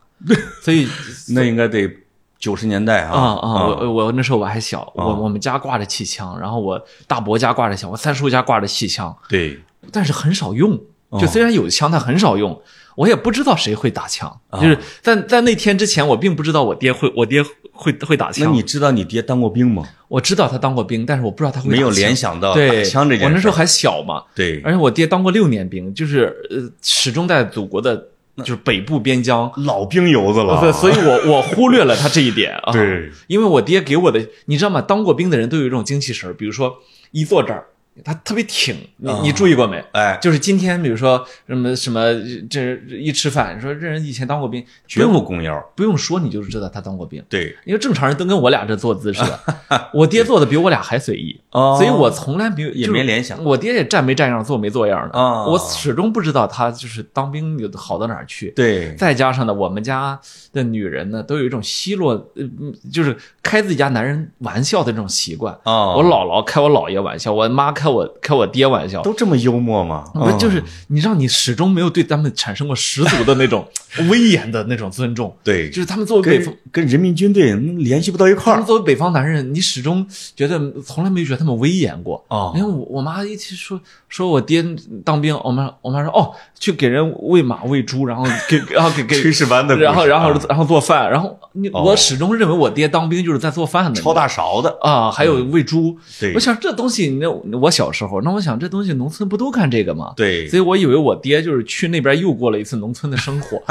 所以那应该得九十年代啊啊啊啊！我我那时候我还小，我我们家挂着气枪，然后我大伯家挂着枪，我三叔家挂着气枪，对但是很少用。哦就虽然有枪，但很少用。我也不知道谁会打枪，哦就是在在那天之前，我并不知道我爹会，我爹会会打那枪。你知道你爹当过兵吗？我知道他当过兵，但是我不知道他会打没有枪联想到对打枪这件事。我那时候还小嘛，对而且我爹当过六年兵，就是呃，始终在祖国的就是北部边疆。老兵油子对，了，啊所以我我忽略了他这一 点啊。对，因为我爹给我的，你知道吗？当过兵的人都有一种精气神儿，比如说一坐这儿，他特别挺，你你注意过没？哎，就是今天，比如说什么什么，这一吃饭说这人以前当过兵，不绝用不弓腰。不用说，你就知道他当过兵。对，因为正常人都跟我俩这坐姿似 的，我爹坐的比我俩还随意，哦所以我从来没有也就没联想我爹也站没站样，坐没坐样的，哦我始终不知道他就是当兵有好到哪儿去。对，再加上呢，我们家的女人呢，都有一种奚落，呃，就是开自己家男人玩笑的这种习惯。哦我姥姥开我姥爷玩笑，我妈开开我开我爹玩笑，都这么幽默吗？哦不就是你让你始终没有对他们产生过十足的那 种威严的那种尊重，对，就是他们作为北方跟，跟人民军队嗯联系不到一块他儿们。作为北方男人，你始终觉得从来没觉得他们威严过。哦因为我我妈一起说说我爹当兵，我妈我妈说哦，去给人喂马喂猪，然后给然后给给炊事班的故事然后然后啊然后做饭，然后你、哦我始终认为我爹当兵就是在做饭的，超大勺的，啊，还有喂猪。对我想这东西，那我小时候，那我想这东西农村不都干这个吗？对所以我以为我爹就是去那边又过了一次农村的生 活，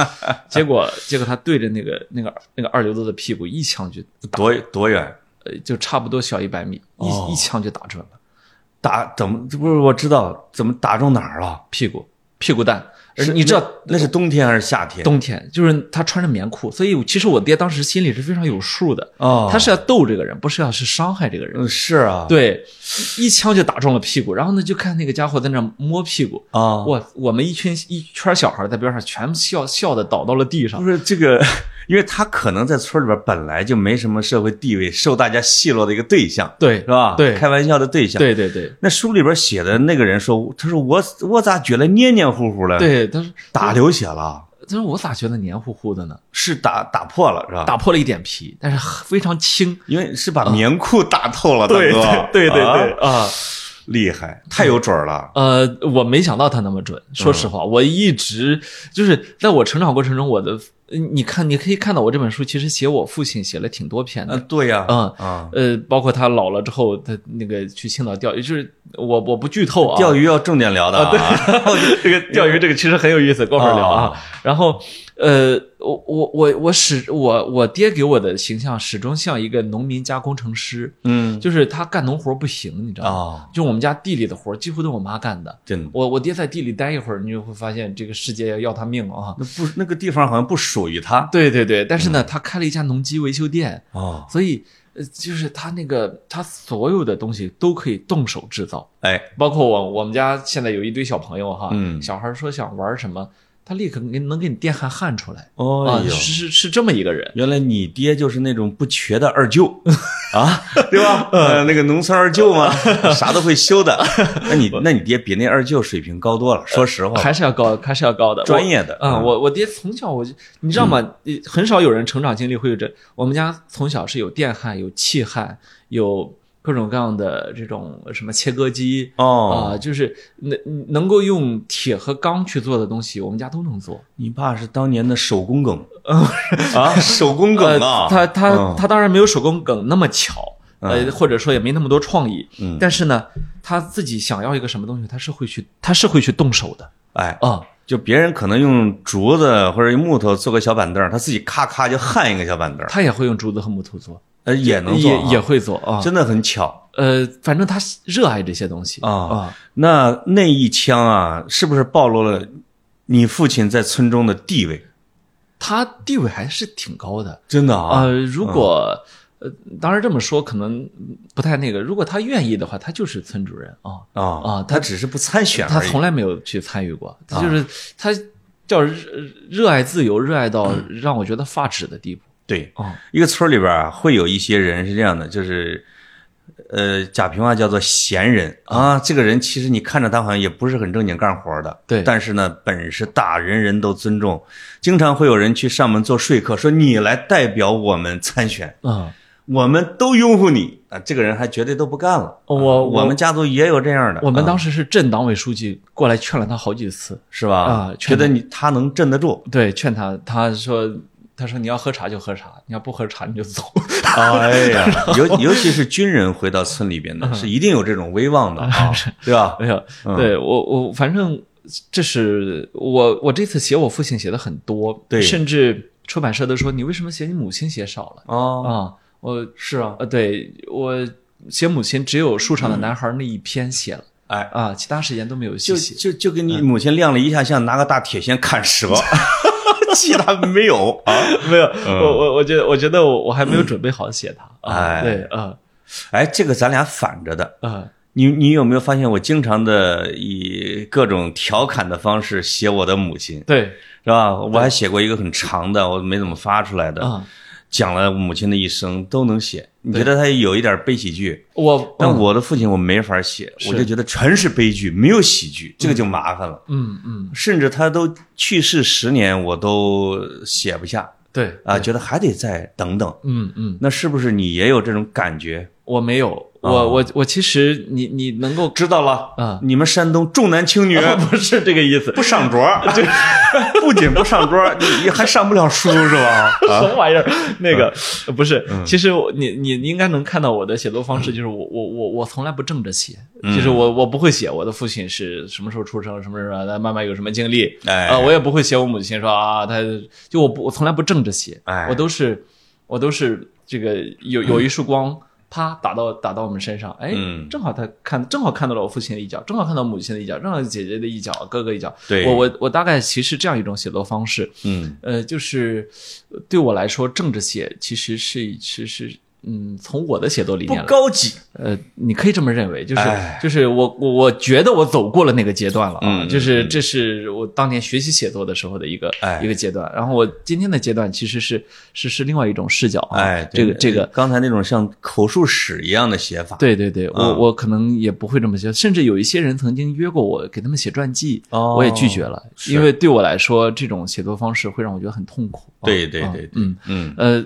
结果结果他对着那个那个那个二流子的屁股一枪就多多远？呃就差不多小一百米，哦一一枪就打准了打怎么？这不是我知道怎么打中哪儿了？屁股屁股蛋。而是你知道那那是冬天还是夏天？冬天就是他穿着棉裤，所以其实我爹当时心里是非常有数的，哦，他是要逗这个人，不是要去伤害这个人。嗯是啊，对，一枪就打中了屁股，然后呢，就看那个家伙在那摸屁股，啊，我我们一群一圈小孩在边上全笑笑的倒到了地上不。是这个，因为他可能在村里边本来就没什么社会地位，受大家戏落的一个对象，对是吧？对开玩笑的对象。，对对对那书里边写的那个人说，他说我我咋觉得黏黏糊糊的？，对，他说打，流血了，他说我咋觉得黏糊糊的呢？是打打破了是吧？打，破了一点皮，但是非常轻。因为是把棉裤打透了，大哥，对对对啊啊，厉害，太有准儿了。呃，我没想到他那么准。说嗯实话，我一直就是在我成长过程中，我的你看，你可以看到我这本书其实写我父亲写了挺多篇的嗯，，对呀，嗯啊，呃，包括他老了之后，他那个去青岛钓鱼，就是我我不剧透啊，钓鱼要重点聊的啊，这个 钓鱼这个其实很有意思，过会儿聊啊。哦然后，呃，我我我我始我我爹给我的形象始终像一个农民加工程师，嗯就是他干农活不行，你知道吗？啊，就我们家地里的活几乎都是我妈干的。真的，我我爹在地里待一会儿，你就会发现这个世界要要他命啊！那不那个地方好像不属于他对对对，但是呢，他开了一家农机维修店，哦，所以呃，就是他那个他所有的东西都可以动手制造。哎，包括我我们家现在有一堆小朋友哈，嗯小孩说想玩什么，他立刻给能给你电焊焊出来。啊哦，是是是这么一个人，原来你爹就是那种不瘸的二舅 啊，对吧？呃，那个农村二舅嘛，啥都会修的。那你那你爹比那二舅水平高多了，说实话，还是要高，还是要高的，哦专业的嗯我嗯，我我爹从小我就，你知道吗？呃很少有人成长经历会有这。我们家从小是有电焊、有气焊、有各种各样的这种什么切割机啊、哦，就是能能够用铁和钢去做的东西，我们家都能做。你爸是当年的手工梗 啊，手工梗啊呃，，他他嗯他当然没有手工梗那么巧，呃，嗯或者说也没那么多创意。嗯但是呢，他自己想要一个什么东西，他是会去，他是会去动手的哎，啊。就别人可能用竹子或者用木头做个小板凳，他自己咔咔就焊一个小板凳，他也会用竹子和木头做，呃，也能做也啊，也会做啊。真的很巧。呃，反正他热爱这些东西啊啊。那那一枪啊，是不是暴露了你父亲在村中的地位？他地位还是挺高的真的啊。啊，呃如果呃，当然这么说可能不太那个。如果他愿意的话，他就是村主任啊。啊啊他只是不参选他而已。啊从来没有去参与过，他就是他叫热热爱自由，热爱到嗯让我觉得发指的地步。对啊一个村儿里边啊，会有一些人是这样的，就是呃，贾平凹叫做闲人啊，这个人其实你看着他好像也不是很正经干活的，对但是呢，本事大，人人都尊重。经常会有人去上门做说客，说你来代表我们参选，嗯，我们都拥护你啊。这个人还绝对都不干了。我啊哦我我们家族也有这样的，我们啊当时是镇党委书记过来劝了他好几次，是吧？啊觉劝得他。你他能镇得住 对，劝他，他说他说你要喝茶就喝茶，你要不喝茶你就走。哎呀，尤尤其是军人回到村里边嗯的，是一定有这种威望的 啊，嗯对吧？没有，对我我反正这是我我这次写我父亲写的很多，对甚至出版社都说你为什么写你母亲写少了哦，啊？我是啊，呃，对我写母亲只有树上的男孩那一篇写了、哎，啊，其他时间都没有就细写。就就给你母亲亮了一下相，拿个大铁锨砍 蛇，其他没有啊。没有，我我我觉得我觉得我我还没有准备好写它。啊哎对，啊哎，这个咱俩反着的。啊你你有没有发现，我经常的以各种调侃的方式写我的母亲，对是吧？我还写过一个很长的，我没怎么发出来的。啊讲了母亲的一生都能写，你觉得他有一点悲喜剧？我嗯但我的父亲我没法写，我就觉得全嗯是悲剧，没有喜剧，这个就麻烦了。嗯嗯，甚至他都去世十年，我都写不下对啊，觉得还得再等等。嗯嗯，那是不是你也有这种感觉？我没有，啊我我我其实你你能够知道了啊你们山东重男轻女，啊 不是这个意思，不上桌儿， 不仅不上桌儿，你你还上不了书是吧？ 啊什么玩意儿？那个嗯不是，其实我你你你应该能看到我的写作方式，就是我我我我从来不正着写，嗯就是我我不会写我的父亲是什么时候出生，什么什么，他妈妈有什么经历，哎啊，我也不会写我母亲说啊，他就我不我从来不正着写哎，我都是我都是这个 有有一束光。啪，打到打到我们身上，哎嗯，正好他看，正好看到了我父亲的一角，正好看到母亲的一角，正好姐姐的一角，哥哥一角。对我我我大概其实这样一种写作方式，嗯呃，就是呃对我来说，正着写其实是是是，嗯，从我的写作理不念来，高级，呃，你可以这么认为，就是哎就是我我我觉得我走过了那个阶段了啊，嗯就是嗯这是我当年学习写作的时候的一个哎一个阶段，然后我今天的阶段其实是是是另外一种视角啊，哎，这个对这个。刚才那种像口述史一样的写法，对对对，我、嗯我可能也不会这么写，甚至有一些人曾经约过我给他们写传记，哦我也拒绝了，是因为对我来说，这种写作方式会让我觉得很痛苦。啊对对啊对对嗯，嗯呃，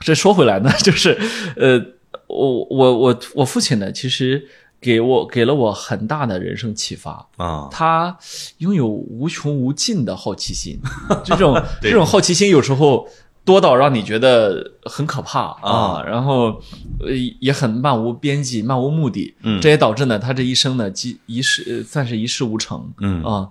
这说回来呢， 就是呃，我我我我父亲呢，其实给我给了我很大的人生启发。啊，他拥有无穷无尽的好奇 心，这种对这种好奇心有时候多到让你觉得很可怕啊，啊然后呃也很漫无边际、漫无目的，嗯这也导致呢他这一生呢，即一事呃算是一事无成，嗯啊。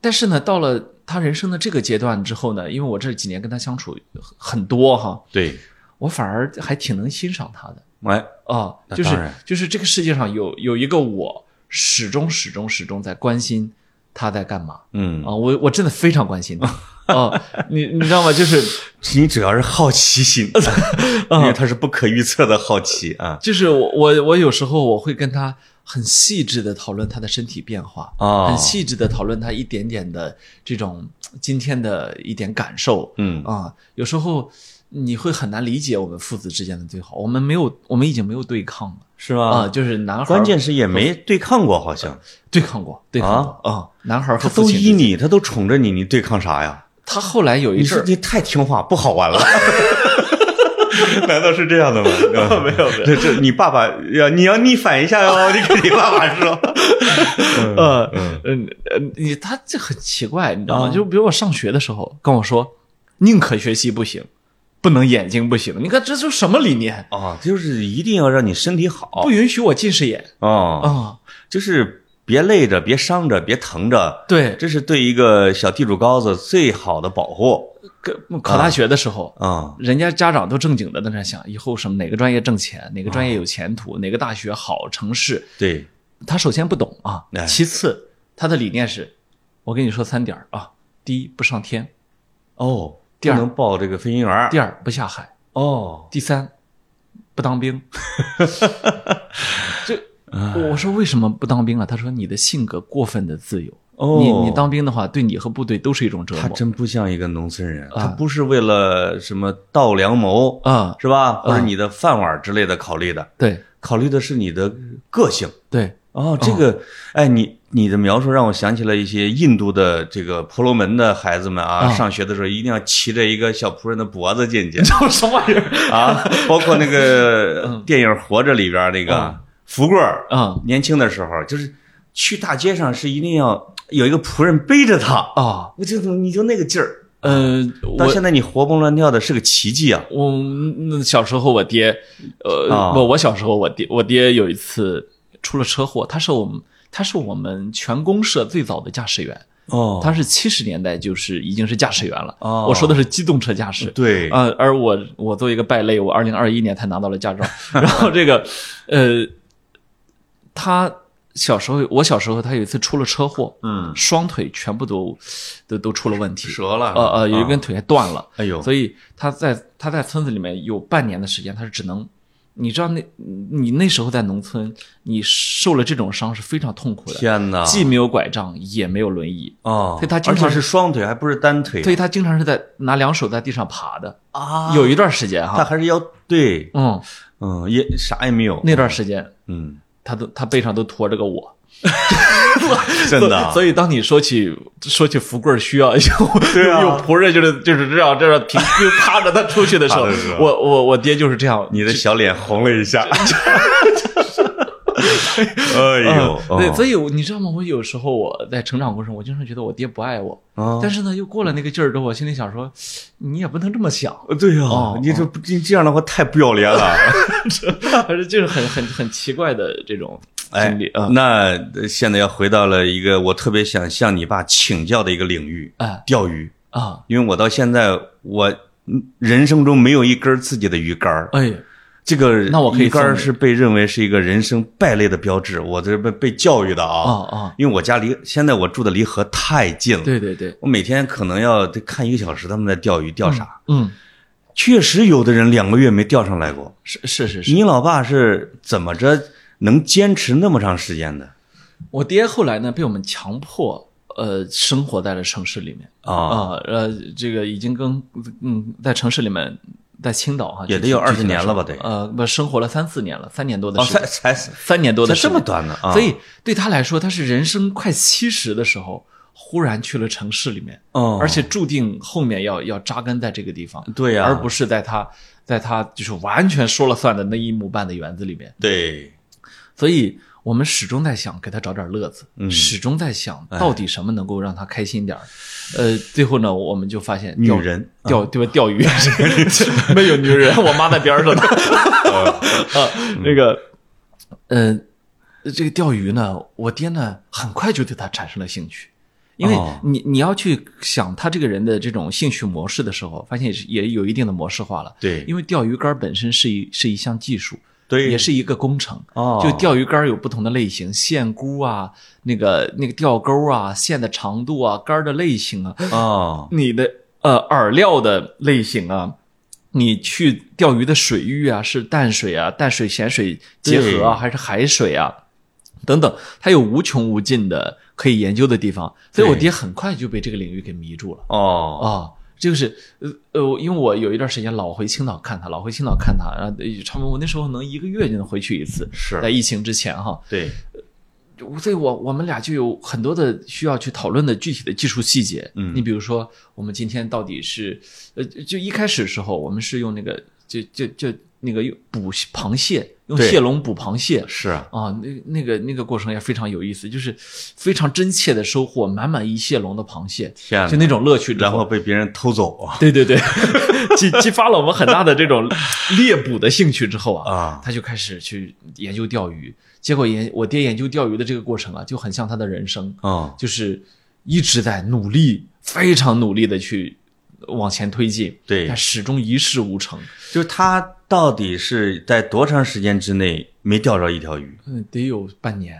但是呢，到了他人生的这个阶段之后呢，因为我这几年跟他相处很多哈，对，我反而还挺能欣赏他的哎，啊，那就当是然就是这个世界上有有一个我始终始终始终在关心他在干嘛嗯，啊，我我真的非常关心他啊，你你知道吗？就是你主要是好奇 心，因为它是不可预测的好奇啊就是我我我有时候我会跟他很细致的讨论他的身体变化，啊，很，细致的讨论他一点点的这种今天的一点感受，嗯啊，有时候你会很难理解我们父子之间的对话，我们没有，我们已经没有对抗了是啊，吗？就是男孩关键是也没对抗过，好像对抗过，对抗过啊，男孩他和父都亲依之间，你，他都宠着你，你对抗啥呀？他后来有一你说阵儿，你太听话，不好玩 了。难道是这样的 吗？没有没有，这这你爸爸要你要逆反一下 哦，你跟你爸爸说。呃 嗯嗯呃，你他这很奇怪，你知道吗？啊就比如我上学的时候跟我说，宁可学习不行，不能眼睛不行，你看这就什么理念？啊，就是一定要让你身体好不允许我近视眼啊，啊！就是别累着，别伤着，别疼着，对，这是对一个小地主羔子最好的保护跟考大学的时候，啊。人家家长都正经的在那想，以后什么哪个专业挣钱，哪个专业有前哦途，哪个大学好，城市。对，他首先不懂啊哎，其次他的理念是，我跟你说三点儿啊：第一不上天，哦，第二不能报这个飞行员儿第二不下海，哦，第三不当兵。 这哎我说为什么不当兵啊？他说你的性格过分的自由，哦你你当兵的话，对你和部队都是一种折他磨真不像一个农村人，啊他不是为了什么稻粱谋啊。是吧？或者你的饭碗之类的考虑的，对考虑的是你的个性。 对，哦，这个，哎，你你的描述让我想起了一些印度的这个婆罗门的孩子们啊，啊上学的时候一定要骑着一个小仆人的脖子进去这什么玩意儿 啊，包括那个电影《活着》里边那个嗯福贵儿，啊年轻的时候就是去大街上是一定要有一个仆人背着他，啊？我就你就那个劲儿，呃，到我现在你活蹦乱跳的是个奇迹啊！我嗯那小时候我爹，呃，啊我我小时候我爹我爹有一次出了车祸，他是我们他是我们全公社最早的驾驶员，哦他是七十年代就是已经是驾驶员了。哦我说的是机动车驾驶。对，呃，而我我作为一个败类，我二零二一年才拿到了驾照。 然后这个，呃，他小时候，我小时候，他有一次出了车祸，嗯，双腿全部都都都出了问题，折了，呃呃，有一根啊，腿还断了。哎呦，所以他在他在村子里面有半年的时间，他是只能你知道那，你那时候在农村，你受了这种伤是非常痛苦的，天哪！既没有拐杖，也没有轮椅，哦，所以他经而且常是双腿，还不是单腿。所以他经常是在拿两手在地上爬的，啊有一段时间他哈，还是要对，嗯，嗯，也啥也没有。那段时间嗯，他都他背上都驮着个我，真的啊，所以当你说起说起福贵儿需要 有对啊有仆人，就是就是这样这样平就趴着他出去的时候趴着是吧，我我我爹就是这样。你的小脸红了一下。哎呦，嗯对，所以以我你知道吗？我有时候我在成长过程中，我经常觉得我爹不爱我，哦啊但是呢，又过了那个劲儿之后，我心里想说，你也不能这么想， 呃对呀哦，你这不你这样的话太不要脸了。 而是就是很很很奇怪的这种哎经历啊，，那呃现在要回到了一个我特别想向你爸请教的一个领域哎——钓鱼。啊，因为我到现在我嗯人生中没有一根自己的鱼竿儿，哎，这个那我可以鱼竿儿送你是被认为是一个人生败类的标志。我这被被教育的啊啊，啊，因为我家离现在我住的离河太近了，对对对，我每天可能要得看一个小时他们在钓鱼钓啥。嗯，确实，有的人两个月没钓上来过。是是是是，你老爸是怎么着能坚持那么长时间的我爹后来呢被我们强迫呃生活在了城市里面。啊？啊，呃，这个已经跟嗯，在城市里面，在青岛哈，也具得有具体20年来了吧说得呃，不，生活了三四年了，三年多的哦，时间，才才才三年多的时这间么，短呢啊！所以对他来说，他是人生快七十的时候，忽然去了城市里面，哦，而且注定后面要要扎根在这个地方，对啊呀，而不是在他在他就是完全说了算的那一亩半的园子里面，对，所以。我们始终在想给他找点乐子，嗯始终在想到底什么能够让他开心点儿。呃，最后呢，我们就发现哎女钓 人嗯钓对吧？钓鱼没有女人，我妈在边上呢。啊，嗯那个，呃，这个钓鱼呢，我爹呢很快就对他产生了兴趣，因为哦你你要去想他这个人的这种兴趣模式的时候，发现也是也有一定的模式化了。对，因为钓鱼竿本身是一是一项技术，对也是一个工程。哦，就钓鱼竿有不同的类型，线箍啊，那个那个钓钩啊，线的长度啊，竿的类型啊，哦，你的呃饵料的类型啊，你去钓鱼的水域啊，是淡水啊、淡水咸水结合啊，对还是海水啊，等等，它有无穷无尽的可以研究的地方。所以我对爹很快就被这个领域给迷住了啊、哦，这个是呃呃，因为我有一段时间老回青岛看他，老回青岛看他，然后呃差不多我那时候能一个月就能回去一次，是在疫情之前哈，对，所以我我们俩就有很多的需要去讨论的具体的技术细节。嗯你比如说，我们今天到底是，呃，就一开始的时候，我们是用那个，就就就那个用捕螃蟹，用对蟹笼捕螃蟹。是啊，啊，那那个那个过程也非常有意思，就是非常真切的收获满满一蟹笼的螃蟹，天就哪，那种乐趣之。嗯然后被别人偷走啊对对对， 激激发了我们很大的这种猎捕的兴趣之后啊，啊，他就开始去研究钓鱼。结果研我爹研究钓鱼的这个过程啊，就很像他的人生，哦，就是一直在努力，非常努力的去往前推进，对但始终一事无成。就是他到底是在多长时间之内没钓着一条鱼？嗯，得有半年。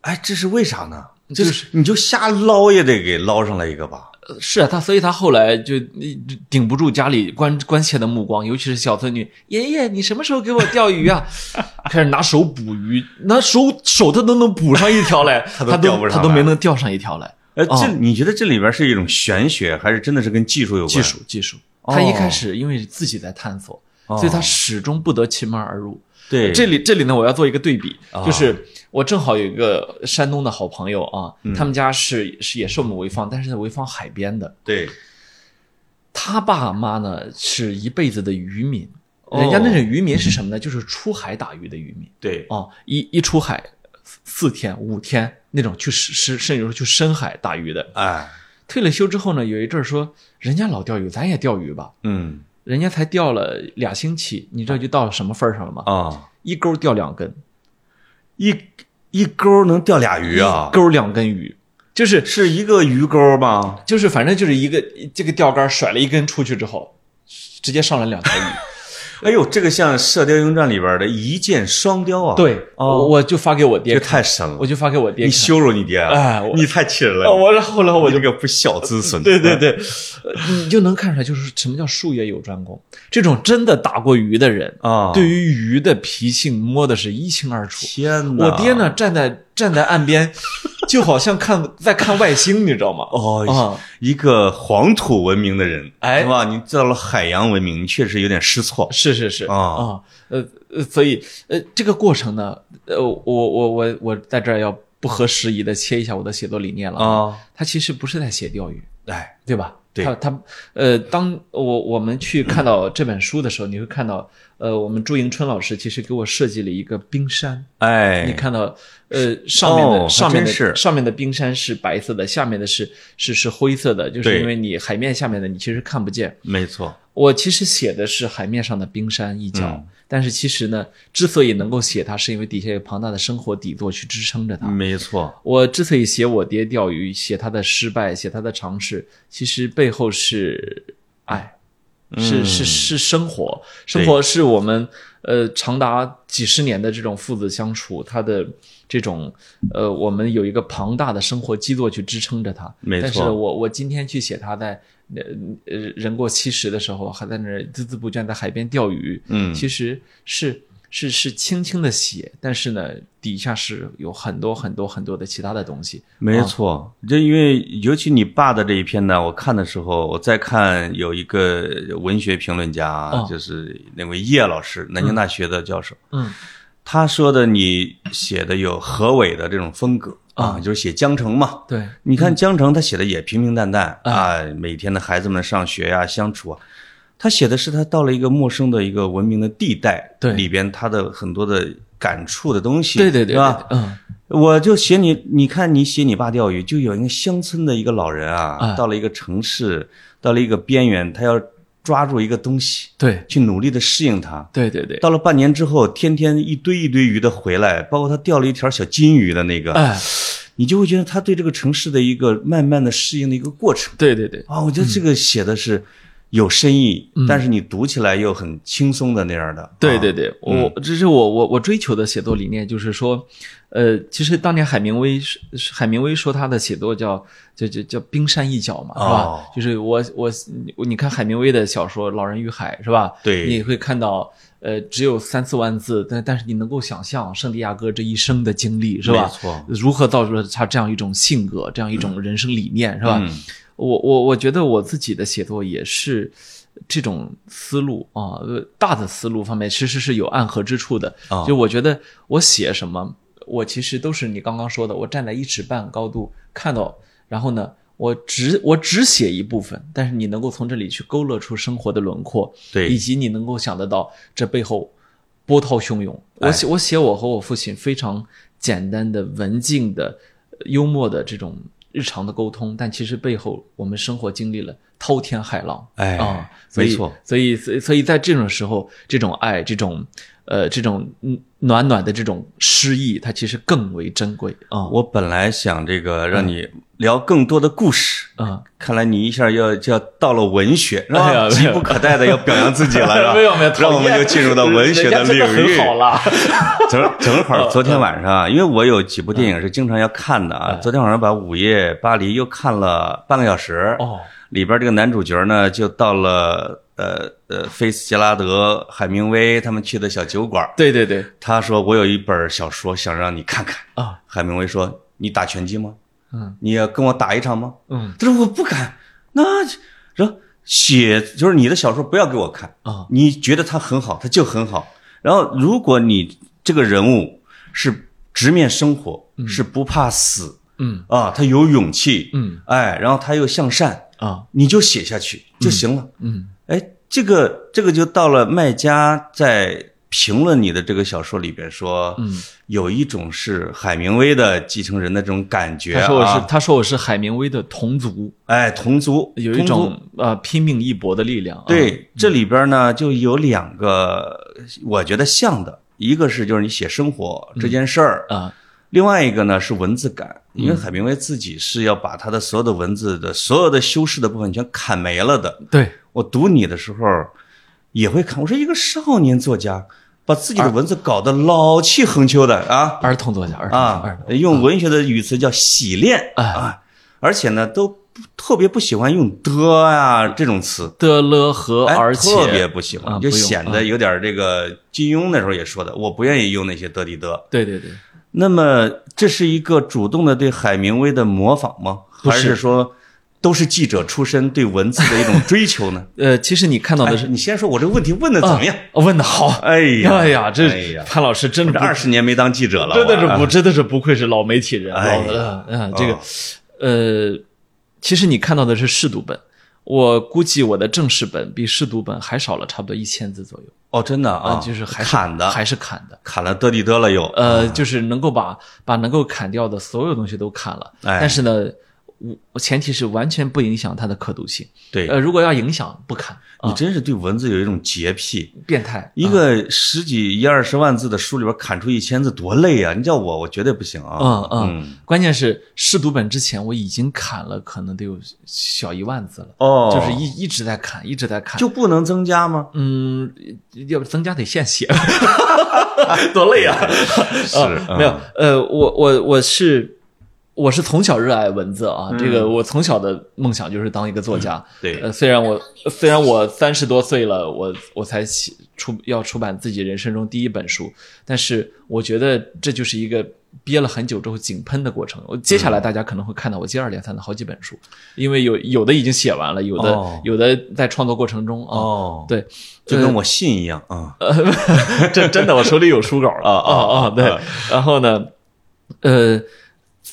哎，这是为啥呢？就就是是你就瞎捞也得给捞上来一个吧？呃是啊，他所以他后来就一顶不住家里关关切的目光，尤其是小孙女，爷爷，你什么时候给我钓鱼啊？ 开始拿手捕鱼，拿手手他都能捕上一条来， 他都他钓不都上他都来没能钓上一条来。呃，哦这你觉得这里边是一种玄学，还是真的是跟技术有关？技术技术。哦他一开始因为自己在探索，哦所以他始终不得其门而入。对，这里这里呢，我要做一个对比，哦就是我正好有一个山东的好朋友啊，嗯他们家是是也是我们潍坊，但是在潍坊海边的。对他爸妈呢是一辈子的渔民，哦人家那种渔民是什么呢？就是出海打鱼的渔民对啊，一一出海四四天五天那种去深甚至说去深海打鱼的。哎，退了休之后呢，有一阵儿说人家老钓鱼，咱也钓鱼吧。嗯人家才钓了俩星期，你知道就到什么份儿上了吗？啊，一钩钓两根，一一钩能钓俩鱼啊？钩两根鱼，就是是一个鱼钩吗？就是，反正就是一个这个钓竿甩了一根出去之后，直接上来两条鱼。哎呦，这个像《射雕英雄传》里边的一箭双雕啊！对，哦我我就发给我爹这个太看，神了我，就发给我爹你看。羞辱你爹哎啊！我你太气人哦了，我然后然后我我就这个不孝之孙。对对对，呃你就能看出来，就是什么叫术业有专攻。这种真的打过鱼的人，啊！对于鱼的脾性摸的是一清二楚。天哪！我爹？呢，站在站在岸边，就好像看在看外星，你知道吗？哦，啊，一个黄土文明的人，哎是吧？你到了海洋文明，你确实有点失措是是是啊。啊，呃呃，所以呃，这个过程呢，呃，我我我我在这儿要不合时宜的切一下我的写作理念了。啊，他其实不是在写钓鱼，哎，对吧？对他他呃，当我我们去看到这本书的时候，你会看到，呃，我们朱迎春老师其实给我设计了一个冰山，哎，哦你看到，呃，上面的、还上面真是的上面的冰山是白色的，下面的是是是灰色的，就是对因为你海面下面的你其实看不见。没错，我其实写的是海面上的冰山一角，嗯但是其实呢，之所以能够写它，是因为底下有庞大的生活底座去支撑着它。没错，我之所以写我爹钓鱼，写他的失败，写他的尝试，其实背后是爱，是嗯是是生活，生活是我们呃长达几十年的这种父子相处，他的这种呃，我们有一个庞大的生活基座去支撑着他。没错但是我我今天去写他在呃呃人过七十的时候，还在那儿孜孜不倦在海边钓鱼，嗯其实啊是是是轻轻的写，但是呢，底下是有很多很多很多的其他的东西。没错。就因为尤其你爸的这一篇呢，我看的时候，我在看有一个文学评论家啊哦，就是那位叶老师，南京大学的教授，嗯他说的你写的有何伟的这种风格啊，就是写江城嘛。对，你看江城他写的也平平淡淡啊，每天的孩子们上学呀、相处啊，他写的是他到了一个陌生的一个文明的地带，对里边他的很多的感触的东西，对对对，是吧？对嗯，我就写你，你看你写你爸钓鱼，就有一个乡村的一个老人啊啊，到了一个城市，到了一个边缘，他要抓住一个东西，对去努力的适应它，对对对，到了半年之后，天天一堆一堆鱼的回来，包括他钓了一条小金鱼的那个，哎，你就会觉得他对这个城市的一个慢慢的适应的一个过程对对对，啊、我觉得这个写的是有深意，但是你读起来又很轻松的那样的。嗯对啊对对，我这是我我我追求的写作理念，就是说，呃，其实当年海明威是是海明威说他的写作叫叫叫叫冰山一角嘛，是吧？哦就是我我你看海明威的小说《老人与海》是吧？对你会看到呃只有三四万字，但但是你能够想象圣地亚哥这一生的经历是吧？没错如何造出了他这样一种性格，这样一种人生理念，是吧？嗯我我我觉得我自己的写作也是这种思路啊，呃，大的思路方面其实是有暗合之处的。啊就我觉得我写什么，我其实都是你刚刚说的，我站在一尺半高度看到，然后呢。我只我只写一部分，但是你能够从这里去勾勒出生活的轮廓，对以及你能够想得到这背后波涛汹涌。哎我写我写我和我父亲非常简单的文静的、呃幽默的这种日常的沟通，但其实背后我们生活经历了滔天海浪。哎啊，所以没错，所以所以所以在这种时候，这种爱，这种呃，这种嗯暖暖的这种诗意，它其实更为珍贵啊。我本来想这个让你嗯聊更多的故事。啊，看来你一下要就要到了文学，是吧哎呀没有急不可待的要表扬自己 了，是吧？ 没有没有，让我们就进入到文学的领域。好嗯啦。正正好昨天晚上啊，因为我有几部电影是经常要看的嗯啊，昨天晚上把《午夜巴黎》又看了半个小时。哦，里边这个男主角呢，就到了呃呃菲茨杰拉德、海明威他们去的小酒馆。对对对他说：“我有一本小说想让你看看。啊，”海明威说：“你打拳击吗？嗯你要跟我打一场吗嗯？”他说：“我不敢。”那说写就是你的小说不要给我看，啊你觉得他很好，他就很好。然后，如果你这个人物是直面生活，是不怕死嗯啊，他有勇气，嗯哎，然后他又向善，啊你就写下去就行了。嗯哎，这个这个就到了卖家在评论你的这个小说里边说，嗯，有一种是海明威的继承人的这种感觉啊，他说我是他说我是海明威的同族，哎同族，有一同族种呃拼命一搏的力量。啊，对，这里边呢就有两个我觉得像的，一个是就是你写生活这件事儿，啊嗯另外一个呢是文字感，因为海明威自己是要把他的所有的文字的所有的修饰的部分全砍没了的。对我读你的时候，也会看。我说一个少年作家，把自啊己的文字搞得老气横秋的啊儿童作家，儿童儿啊，童用文学的语词叫洗练嗯哎啊，而且呢都不特别不喜欢用的啊这种词。的了和哎而且特别不喜啊欢，就不用显得有点这个金庸那时候也说的，我不愿意用那些的地的。对对对，那么这是一个主动的对海明威的模仿吗？不还是是说都是记者出身对文字的一种追求呢？呃，其实你看到哎的是、你先说我这个问题问的哎怎么样？啊问的好，哎呀，哎呀，这哎呀，潘老师真我的这不二十年没当记者了，真的是我啊不，真的是不愧是老媒体人，哎哦老的啊、这个，呃，其实你看到的是试读本，我估计我的正式本比试读本还少了差不多一千字左右，哦，真的啊啊，，就是还是砍的，还是砍的。砍了得地得了又，呃，就是能够把把能够砍掉的所有东西都砍了，哎但是呢，我我前提是完全不影响它的可读性。对呃，如啊果要影响，不砍，你真是对文字有一种洁癖。变态。一个十几一二十万字的书里边砍出一千字多累啊！你叫我，我绝对不行啊。嗯嗯，关键是试读本之前我已经砍了，可能得有小一万字了，哦，就是一一直在砍，一直在砍。就不能增加吗？嗯，要不增加得现写， 多累啊！是啊嗯没有，呃，我我我是我是从小热爱文字啊，这个我从小的梦想就是当一个作家。嗯对呃，虽然我虽然我三十多岁了，我我才起出要出版自己人生中第一本书，但是我觉得这就是一个憋了很久之后井喷的过程。我接嗯下来大家可能会看到我接二连三的好几本书，因为有有的已经写完了，有的、哦有的在创作过程中啊。哦，对，呃就跟我信一样啊。这真的，我手里有书稿啊了啊啊啊！对啊，然后呢，呃，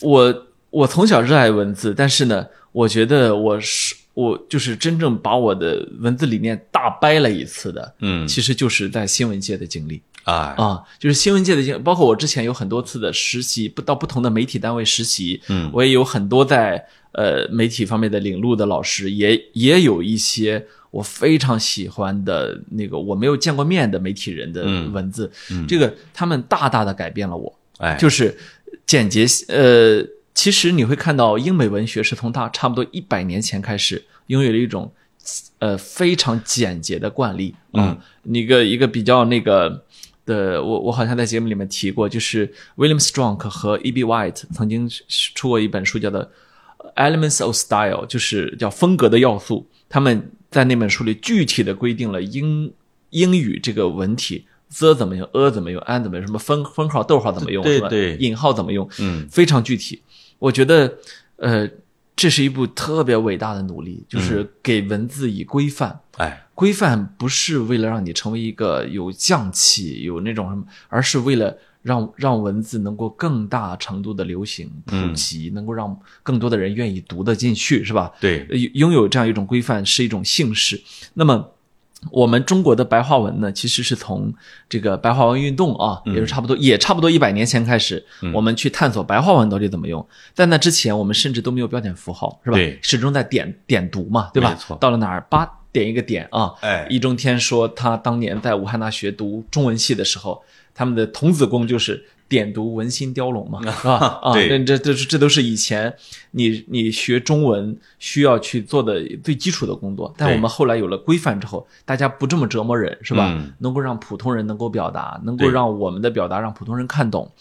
我我从小热爱文字，但是呢，我觉得我是我就是真正把我的文字理念大掰了一次的，嗯其实就是在新闻界的经历啊，啊，就是新闻界的经，包括我之前有很多次的实习，不到不同的媒体单位实习，嗯我也有很多在呃媒体方面的领路的老师，也也有一些我非常喜欢的那个我没有见过面的媒体人的嗯文字，嗯这个他们大大的改变了我，哎，就是简洁呃，其实你会看到英美文学是从大差不多一百年前开始拥有了一种呃非常简洁的惯例啊，一个一个比较那个。的，我我好像在节目里面提过，就是 William Strunk 和 E.B. White 曾经出过一本书，叫做《Elements of Style》，就是叫风格的要素。他们在那本书里具体的规定了英英语这个文体，the 怎么用，a 怎么用，an 怎么用，什么分分号、逗号怎么用，对是吧对引号怎么用，嗯非常具体。我觉得，呃，这是一部特别伟大的努力，嗯就是给文字以规范。哎，规范不是为了让你成为一个有匠气、有那种什么，而是为了让让文字能够更大程度的流行普嗯及，能够让更多的人愿意读得进去，是吧？对，呃拥有这样一种规范是一种幸事。那么，我们中国的白话文呢，其实是从这个白话文运动啊，嗯也是差不多，也差不多一百年前开始，我们去探索白话文到底怎么用。在那之前，我们甚至都没有标点符号，是吧？对始终在点点读嘛，对吧？没错到了哪儿，叭点一个点啊。哎易中天说，他当年在武汉大学读中文系的时候，他们的童子功就是。点读文心雕 龙嘛，是吧？啊，对这这这这都是以前你你学中文需要去做的最基础的工作，但对我们后来有了规范之后，大家不这么折磨人，是吧？嗯能够让普通人能够表达，能够对让我们的表达让普通人看懂。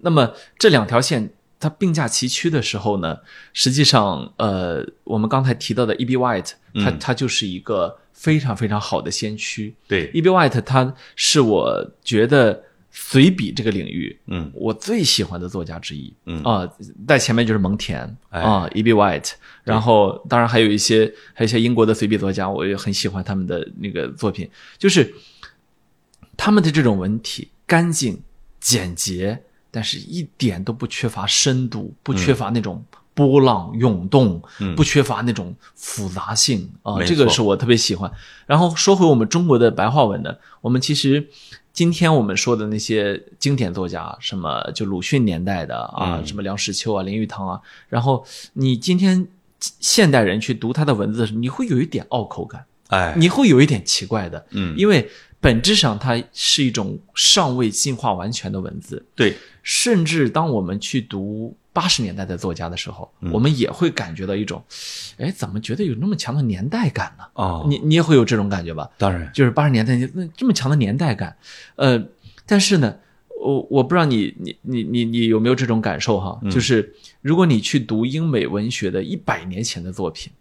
那么这两条线它并驾齐驱的时候呢，实际上，呃，我们刚才提到的 E.B. White，他嗯他就是一个非常非常好的先驱。对， E.B. White，他是我觉得随笔这个领域嗯我最喜欢的作家之一。嗯啊、在前面就是蒙田哎啊、e b White，然后当然还有一些还有一些英国的随笔作家，我也很喜欢他们的那个作品，就是他们的这种文体干净简洁，但是一点都不缺乏深度，不缺乏那种。波浪涌动，嗯不缺乏那种复杂性啊、没这个错是我特别喜欢。然后说回我们中国的白话文呢，我们其实今天我们说的那些经典作家，啊什么就鲁迅年代的啊，嗯什么梁实秋啊、林语堂啊，然后你今天现代人去读他的文字的时候，你会有一点拗口感，哎，你会有一点奇怪的，嗯，因为本质上它是一种尚未进化完全的文字。对，甚至当我们去读八十年代的作家的时候，嗯我们也会感觉到一种，哎，怎么觉得有那么强的年代感呢？哦，你你也会有这种感觉吧？当然，就是八十年代那这么强的年代感，呃，但是呢，我我不知道你你你你你有没有这种感受哈？嗯就是如果你去读英美文学的一百年前的作品，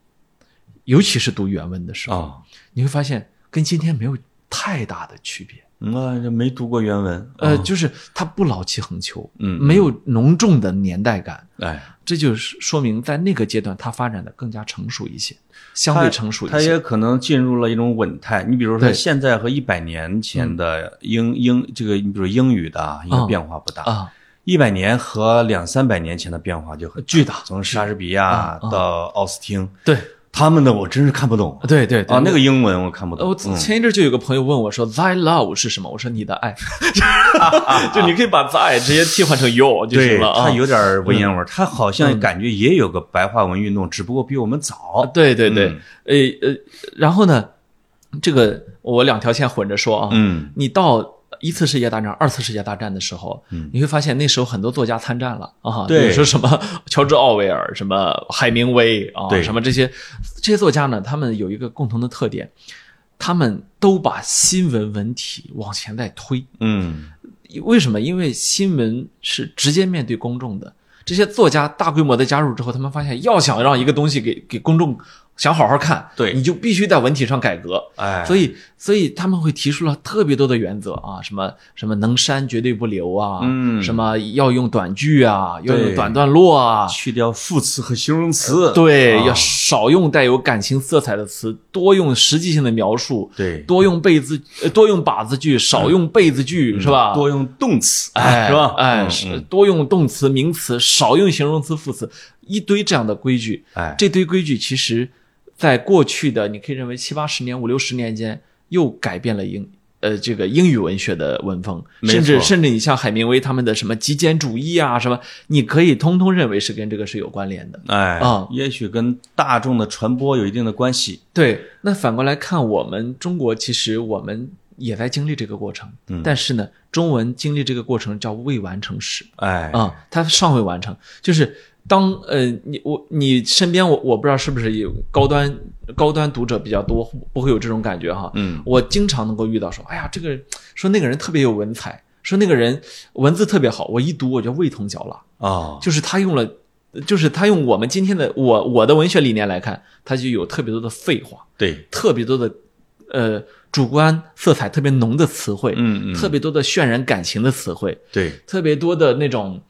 尤其是读原文的时候，哦，你会发现跟今天没有太大的区别。那就没读过原文，呃，哦，就是它不老气横秋，嗯没有浓重的年代感，哎，这就是说明在那个阶段它发展的更加成熟一些，相它对成熟他一些。也可能进入了一种稳态。你比如说对现在和一百年前的英英这个，你比如英语的啊，应该嗯变化不大。啊，一百年和两三百年前的变化就很巨大从莎士比亚嗯嗯到奥斯汀，对他们的我真是看不懂对对对啊，那个英文我看不呃懂。我嗯前一阵就有个朋友问我说 “thy love” 是什么？我说你的爱， 就你可以把 “thy” 直接替换成 “your” 就对行了啊。嗯他有点文言文，他好像感觉也有个白话文运动，只不过比我们早。啊对对对，嗯呃呃，然后呢，这个我两条线混着说啊，嗯你到一次世界大战、二次世界大战的时候，嗯你会发现那时候很多作家参战了啊，对比如说什么 乔治·奥威尔、什么海明威啊，对什么这些这些作家呢，他们有一个共同的特点，他们都把新闻文体往前在推。嗯，为什么？因为新闻是直接面对公众的。这些作家大规模的加入之后，他们发现要想让一个东西给给公众想好好看，对你就必须在文体上改革。哎，所以以，所以他们会提出了特别多的原则啊，什么什么能删绝对不留啊，嗯什么要用短句啊，要用对短段落啊，去掉副词和形容词，对，啊要少用带有感情色彩的词，多用实际性的描述，对多用背字，呃多用把字句，少用被字嗯句，是吧？多用动词，哎， 是吧？哎，嗯是嗯多用动词、名词，少用形容词、副词，一堆这样的规矩。哎，这堆规矩其实，在过去的你可以认为七八十年、五六十年间，又改变了英呃这个英语文学的文风，没错甚至甚至你像海明威他们的什么极简主义啊什么，你可以通通认为是跟这个是有关联的。哎啊也许跟大众的传播有一定的关系。对，那反过来看，我们中国其实我们也在经历这个过程，嗯但是呢，中文经历这个过程叫未完成时。哎，啊、它尚未完成。就是当呃，你我你身边我我不知道是不是有高端高端读者比较多，不会有这种感觉哈。嗯，我经常能够遇到说，哎呀，这个说那个人特别有文采，说那个人文字特别好，我一读我就味同嚼蜡，哦，就是他用了。就是他用我们今天的我我的文学理念来看，他就有特别多的废话，对，特别多的呃主观色彩特别浓的词汇，嗯嗯，特别多的渲染感情的词汇，对，特别多的那种，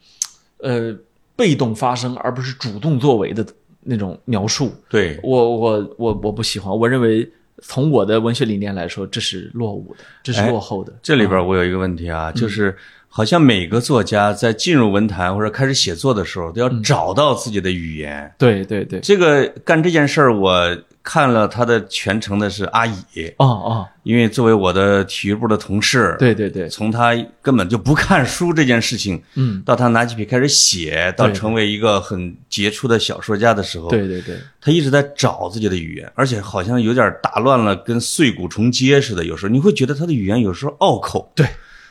呃，被动发生而不是主动作为的那种描述。对，我我我我不喜欢，我认为从我的文学理念来说，这是落伍的，这是哎落后的。这里边我有一个问题嗯啊，就是好像每个作家在进入文坛或者开始写作的时候，都要嗯找到自己的语言。对对对，这个干这件事儿，我看了他的全程的是阿乙，哦哦，因为作为我的体育部的同事，，对对对，从他根本就不看书这件事情，嗯，到他拿起笔开始写，到对成为一个很杰出的小说家的时候，对对对，他一直在找自己的语言，而且好像有点打乱了，跟碎骨重接似的。有时候你会觉得他的语言有时候拗口，对。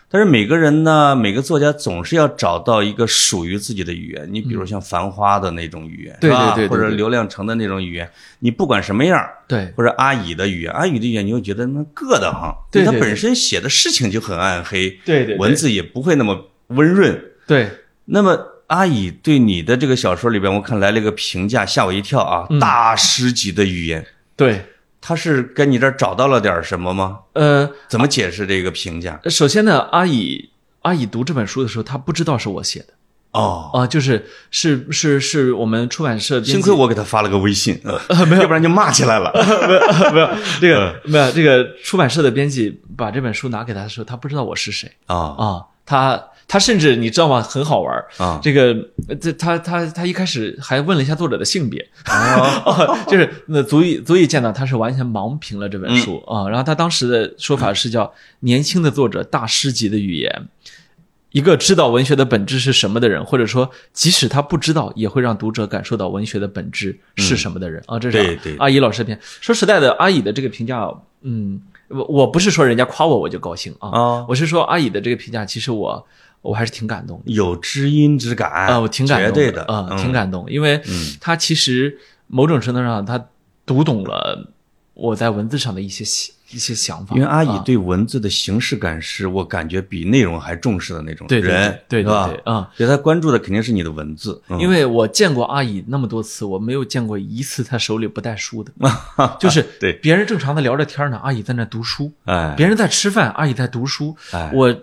但是每个人呢，每个作家总是要找到一个属于自己的语言。你比如像《繁花》的那种语言，对是吧对对对或者对刘亮程的那种语言，你不管什么样儿，对或者阿乙的语言，阿乙的语言你会觉得那硌得慌，对因为对他对本身写的事情就很暗黑，对对对文字也不会那么温润。对，那么阿乙对你的这个小说里边，我看来了一个评价，吓我一跳啊！嗯大师级的语言，对，他是跟你这儿找到了点什么吗？呃，怎么解释这个评价？首先呢，阿乙阿乙读这本书的时候，他不知道是我写的哦，啊、就是是是是我们出版社编辑幸亏我给他发了个微信， 呃没有，要不然就骂起来了。没有 这个没有这个出版社的编辑把这本书拿给他的时候，他不知道我是谁啊啊，他他甚至你知道吗？很好玩儿。啊这个，呃这他他他一开始还问了一下作者的性别，哦 啊，就是那足以足以见到他是完全盲评了这嗯本书啊。然后他当时的说法是叫年轻的作者大师级的语言，一个知道文学的本质是什么的人，或者说即使他不知道，也会让读者感受到文学的本质是什么的人、啊。这是嗯对对阿乙老师的评。说实在的，阿乙的这个评价，嗯，我我不是说人家夸我我就高兴啊，啊我是说阿乙的这个评价，其实我。我还是挺感动的有知音之感啊、我挺感动绝对的啊、啊，嗯挺感动，因为他其实某种程度上他读懂了我在文字上的一些想一些想法，因为阿姨啊对文字的形式感是我感觉比内容还重视的那种对对人，对对是吧对？啊、所以她关注的肯定是你的文字，嗯因为我见过阿姨那么多次，我没有见过一次她手里不带书的，就是 对别人正常的聊着天呢，阿姨在那读书，哎，别人在吃饭，阿姨在读书，哎我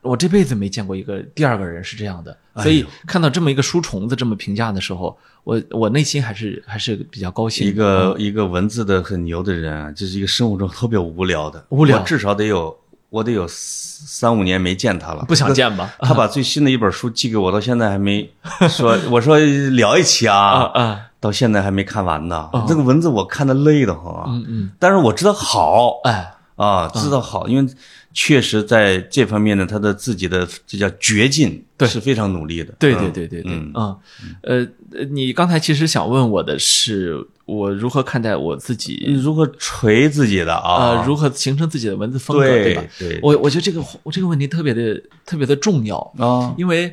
我这辈子没见过一个第二个人是这样的，哎所以看到这么一个书虫子这么评价的时候，我我内心还是还是比较高兴的。一个一个文字的很牛的人啊，这是一个生活中特别无聊的，无聊我至少得有我得有三五年没见他了，不想见吧？他把最新的一本书寄给我，到现在还没说。 我说聊一期啊啊，啊，到现在还没看完呢。这个文字我看的累得慌啊，嗯嗯，但是我知道好哎，啊，知道好，因为确实在这方面呢，他的自己的这叫掘进对是非常努力的。对嗯对对对对，嗯啊，呃，呃你刚才其实想问我的是，我如何看待我自己，你如何锤自己的嗯啊？呃，如何形成自己的文字风格，对对吧？对我我觉得这个我这个问题特别的特别的重要，啊，因为，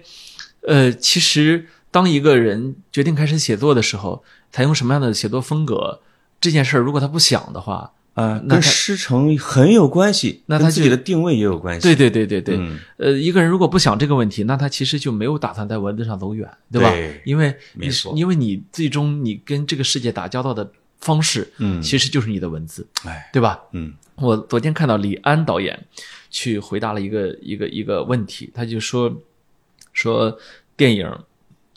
呃，其实当一个人决定开始写作的时候，采用什么样的写作风格这件事儿，如果他不想的话，啊，那他跟师承很有关系，那他跟就自己的定位也有关系。对对对对对，嗯呃，一个人如果不想这个问题，那他其实就没有打算在文字上走远，对吧？对因为没你错因为你最终你跟这个世界打交道的方式，嗯其实就是你的文字，哎，对吧？嗯我昨天看到李安导演去回答了一个一个一个问题，他就说说电影，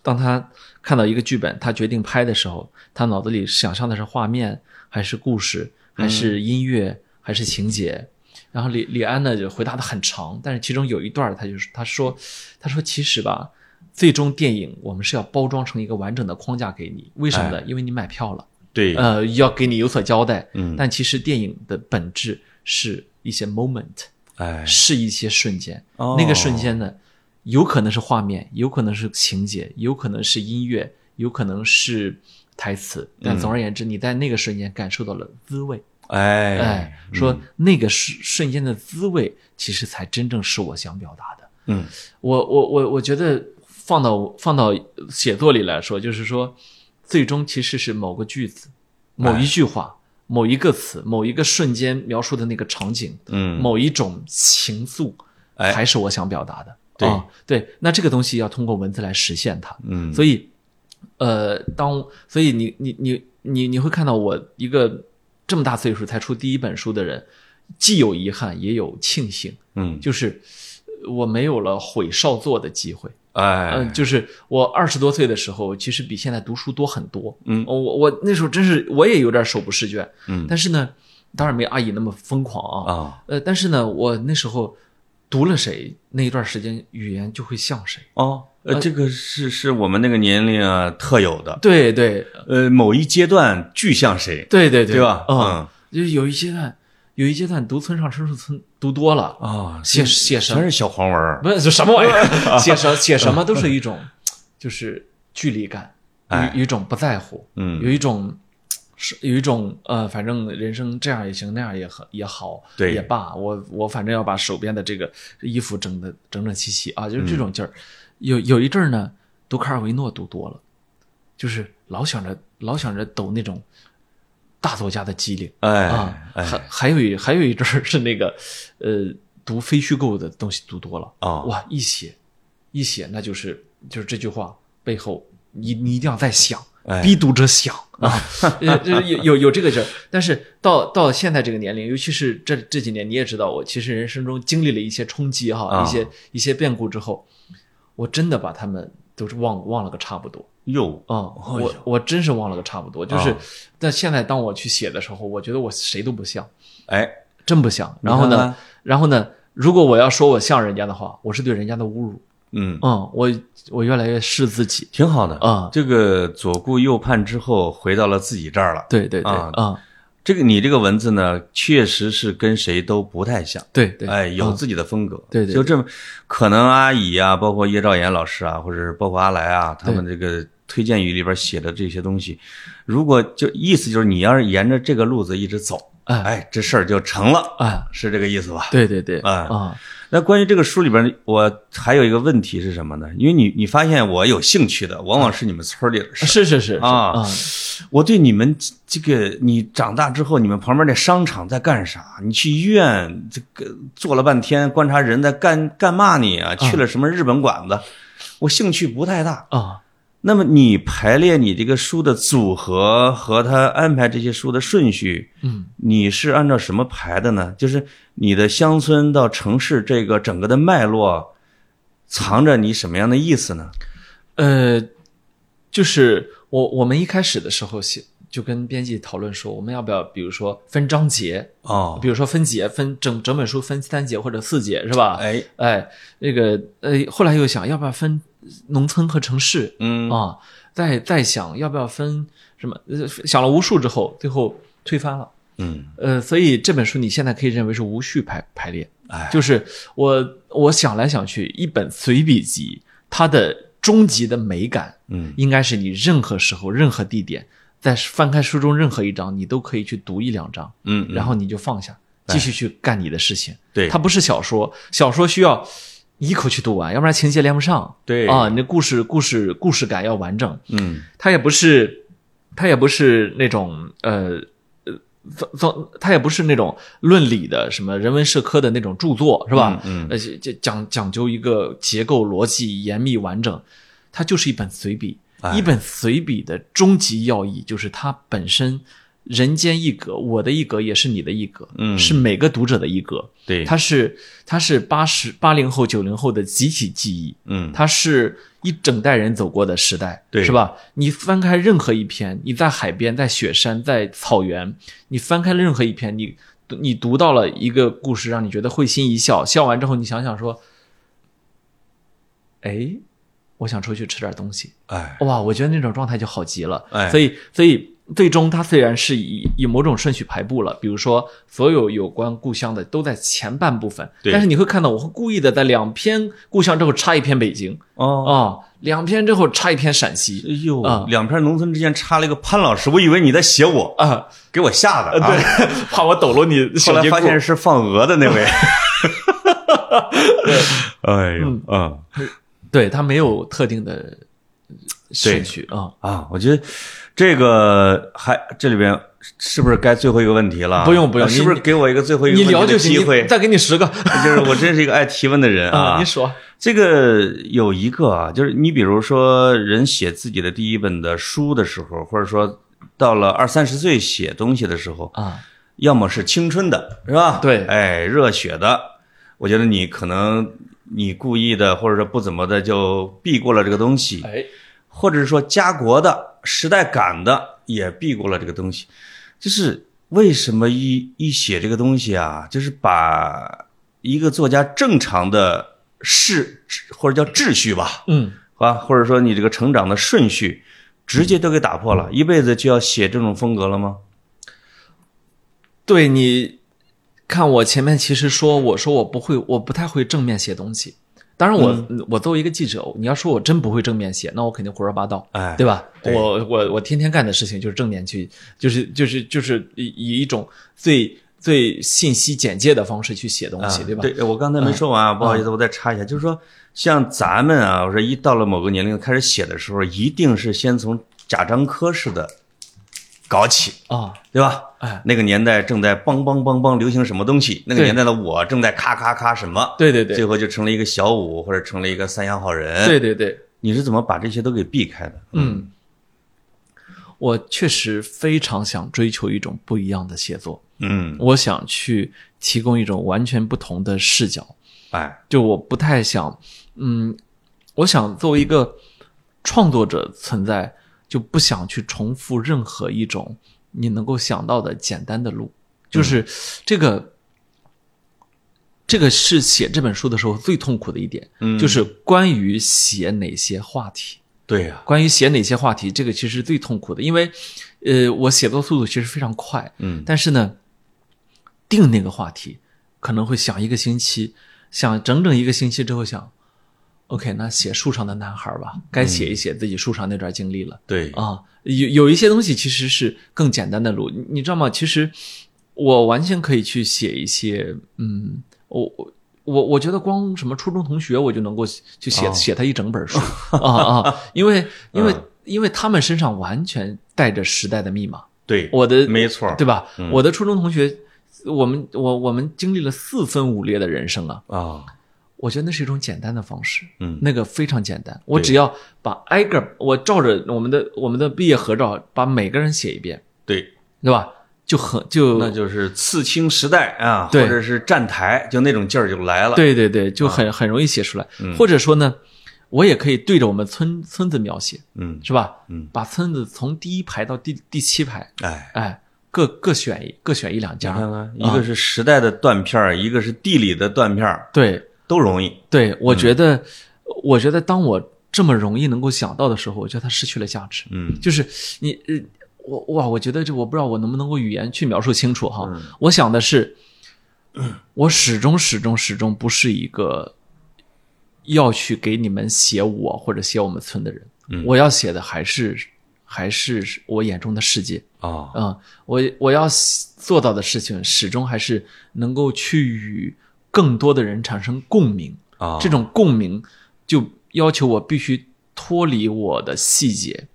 当他看到一个剧本，他决定拍的时候，他脑子里想象的是画面，还是故事，还是音乐，还是情节？然后李李安呢就回答的很长，但是其中有一段他就是他说他说其实吧，最终电影我们是要包装成一个完整的框架给你，为什么呢？因为你买票了。对，呃，要给你有所交代。嗯但其实电影的本质是一些 moment，哎，是一些瞬间。哦那个瞬间呢，有可能是画面，有可能是情节，有可能是音乐，有可能是台词。嗯但总而言之，你在那个瞬间感受到了滋味。哎哎，说那个瞬瞬间的滋味，其实才真正是我想表达的。嗯我我我我觉得放到放到写作里来说，就是说，最终其实是某个句子、某哎一句话、某一个词、某一个瞬间描述的那个场景、嗯，某一种情愫，哎才是我想表达的。对啊对，那这个东西要通过文字来实现它。嗯，所以，呃，当所以你你你你你会看到我一个这么大岁数才出第一本书的人，既有遗憾也有庆幸，嗯，就是呃我没有了毁少作的机会。哎，嗯、就是我二十多岁的时候，其实比现在读书多很多。嗯我我那时候真是我也有点手不释卷，嗯但是呢，当然没阿姨那么疯狂啊。啊呃，但是呢，我那时候读了谁，那一段时间语言就会像谁。哦，呃，这个是是我们那个年龄啊特有的，对对，呃，某一阶段具象谁，对对对，对吧？嗯，就是有一阶段，有一阶段读村上春树村读多了，嗯啊，哦写写什全么是小黄文儿，不是这什么玩意儿，写什写什么都是一种就是距离感，哎有有一种不在乎，嗯有一种。是有一种呃，反正人生这样也行，那样也很也好，对也罢，我我反正要把手边的这个衣服整的整整齐齐嗯啊，就是这种劲儿。有有一阵儿呢，读卡尔维诺读多了，就是老想着老想着抖那种大作家的机灵，啊哎，哎还还有一还有一阵儿是那个，呃，读非虚构的东西读多了啊哇，一写一写，那就是就是这句话背后，你你一定要再想，哎逼读 者想啊，呃就是有有有这个劲儿。但是到到现在这个年龄，尤其是这这几年，你也知道，我其实人生中经历了一些冲击哈，啊一些一些变故之后，我真的把他们都是忘忘了个差不多。哟，嗯，哎我呦我真是忘了个差不多，就是啊，但现在当我去写的时候，我觉得我谁都不像，哎，真不像。你然后看呢看，然后呢，如果我要说我像人家的话，我是对人家的侮辱。嗯，嗯，我我越来越是自己。挺好的啊这个左顾右盼之后，回到了自己这儿了。对对对，啊嗯，这个你这个文字呢，确实是跟谁都不太像。对对，哎，有嗯自己的风格，对对就这么，可能阿姨啊，包括叶兆言老师啊，或者是包括阿来啊，他们这个推荐语里边写的这些东西，如果就意思就是你要是沿着这个路子一直走，哎哎，这事儿就成了，哎，是这个意思吧？对对对，哎啊，那关于这个书里边，我还有一个问题是什么呢？因为你你发现我有兴趣的，往往是你们村里的事。是是是啊啊，我对你们这个，你长大之后，你们旁边那商场在干啥？你去医院这个做了半天，观察人在干干嘛你啊？去了什么日本馆子？我兴趣不太大。啊，那么你排列你这个书的组合和他安排这些书的顺序，嗯，你是按照什么排的呢？就是你的乡村到城市这个整个的脉络，藏着你什么样的意思呢？呃，就是我我们一开始的时候写，就跟编辑讨论说，我们要不要比如说分章节，哦，比如说分节，分整整本书分三节或者四节是吧？哎，哎，那个呃，后来又想要不要分农村和城市嗯，啊？再再想要不要分什么？呃想了无数之后，最后推翻了。嗯，呃，所以这本书你现在可以认为是无序排排列，哎，就是我我想来想去，一本随笔集，它的终极的美感嗯，应该是你任何时候、任何地点，在翻开书中任何一章，你都可以去读一两章，嗯，嗯然后你就放下，哎继续去干你的事情。对，它不是小说，小说需要一口气读完，要不然情节连不上。对啊，你的故事故事故事感要完整。嗯，它也不是，它也不是那种呃。呃总总，它也不是那种论理的什么人文社科的那种著作，是吧？嗯嗯而且这讲讲究一个结构逻辑严密完整，它就是一本随笔。哎一本随笔的终极要义就是它本身人间一格，我的一格也是你的一格，嗯是每个读者的一格。对，它是它是八十八零后九零后的集体记忆，嗯，它是一整代人走过的时代，对是吧？你翻开任何一篇，你在海边、在雪山、在草原，你翻开任何一篇，你你读到了一个故事，让你觉得会心一笑，笑完之后你想想说，哎，我想出去吃点东西，哎，哇，我觉得那种状态就好极了。哎所以所以最终它虽然是以以某种顺序排布了，比如说所有有关故乡的都在前半部分，对但是你会看到我会故意的在两篇故乡之后插一篇北京啊、哦，两篇之后插一篇陕哎西呦啊，两片农村之间插了一个潘老师，我以为你在写我， 啊，给我吓的啊。对，怕我抖落你后小来节发裤。现是放鹅的 那位。哎呦嗯，嗯对，它没有特定的顺序啊、啊，我觉得这个还这里边是不是该最后一个问题了？不用不用是不是你给我一个最后一个你聊问题就的行，机会你？再给你十个就是我真是一个爱提问的人 啊、啊你。说，这个有一个啊，就是你比如说人写自己的第一本的书的时候，或者说到了二三十岁写东西的时候，啊，要么是青春的，是吧？对哎，热血的，我觉得你可能你故意的，或者说不怎么的就避过了这个东西，哎，或者说家国的时代感的也避过了这个东西，就是为什么一一写这个东西啊，就是把一个作家正常的秩或者叫秩序吧，嗯，啊，或者说你这个成长的顺序，直接都给打破嗯了，一辈子就要写这种风格了吗？对你看，我前面其实说，我说我不会，我不太会正面写东西。当然我，我、作为一个记者，你要说我真不会正面写，那我肯定胡说八道，哎，对吧？对我我我天天干的事情就是正面去，就是就是就是以以一种最最信息简介的方式去写东西，啊对吧？嗯对，我刚才没说完啊，不好意思，我再插一下，就是说，像咱们啊，我说一到了某个年龄开始写的时候，一定是先从贾樟柯式的搞起，啊，对吧？哎，那个年代正在梆梆梆梆流行什么东西，那个对年代的我正在咔咔咔什么，对对最对，后就成了一个小五或者成了一个三阳好人。对，对对，你是怎么把这些都给避开的？嗯，我确实非常想追求一种不一样的写作，嗯，我想去提供一种完全不同的视角。哎，就我不太想，嗯，我想作为一个创作者存在，就不想去重复任何一种你能够想到的简单的路。就是这个，这个是写这本书的时候最痛苦的一点，嗯就是关于写哪些话题。对呀、关于写哪些话题，这个其实最痛苦的，因为，呃，我写作速度其实非常快，嗯，但是呢，定那个话题可能会想一个星期，想整整一个星期之后想，OK，那写树上的男孩吧，该写一写自己树上那段经历了、啊对，啊。有有一些东西其实是更简单的路，你你知道吗？其实我完全可以去写一些，嗯，我我我我觉得光什么初中同学，我就能够去写、哦写他一整本书啊啊，因为因为、因为他们身上完全带着时代的密码，对，我的没错，对吧？嗯我的初中同学，我们我我们经历了四分五裂的人生啊，啊，我觉得那是一种简单的方式，嗯那个非常简单，我对只要把挨个儿我照着我们的我们的毕业合照，把每个人写一遍，对，对吧？就很就那就是刺青时代啊，对或者是站台，就那种劲儿就来了。，对对对，就很很容易写出来。嗯或者说呢，我也可以对着我们村村子描写，嗯，是吧？嗯，把村子从第一排到第第七排，哎，哎，各各选一各选一两你看家。看，一个是时代的断片儿，一个是地理的断片儿，对都容易。对，我嗯觉得，我觉得当我这么容易能够想到的时候，我觉得它失去了价值。嗯就是你呃，我哇，我觉得这我不知道我能不能够语言去描述清楚哈。嗯我想的是，我始终始终始终不是一个要去给你们写我或者写我们村的人，嗯我要写的还是还是我眼中的世界啊，啊、嗯我我要做到的事情始终还是能够去与更多的人产生共鸣，啊，这种共鸣就要求我必须脱离我的细节，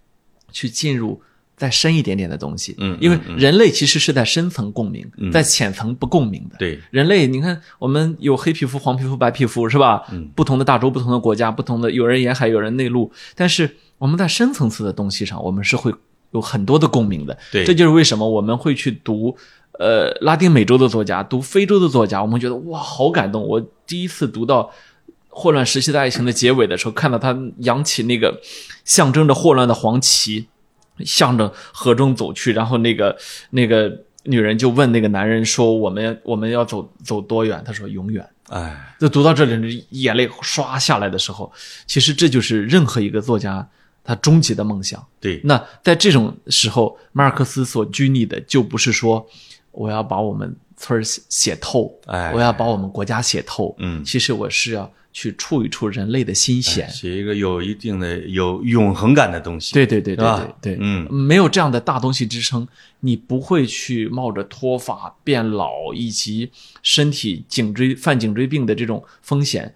去进入再深一点点的东西。嗯嗯因为人类其实是在深层共鸣，嗯在浅层不共鸣的。对，人类，你看，我们有黑皮肤、黄皮肤、白皮肤，是吧？嗯不同的大洲、不同的国家、不同的，有人沿海，有人内陆，但是我们在深层次的东西上，我们是会有很多的共鸣的。对这就是为什么我们会去读。呃，拉丁美洲的作家，读非洲的作家，我们觉得哇，好感动！我第一次读到《霍乱时期的爱情》的结尾的时候，看到他扬起那个象征着霍乱的黄旗，向着河中走去，然后那个那个女人就问那个男人说：“我们我们要走走多远？”他说：“永远。哎，”就读到这里，眼泪唰下来的时候，其实这就是任何一个作家他终极的梦想。对，那在这种时候，马尔克斯所拘泥的就不是说我要把我们村儿写写透，哎我要把我们国家写透，嗯哎其实我是要去触一触人类的心弦。写一个有一定的有永恒感的东西。对对对对是对吧对，嗯没有这样的大东西支撑，你不会去冒着脱发、变老以及身体颈椎犯颈椎病的这种风险，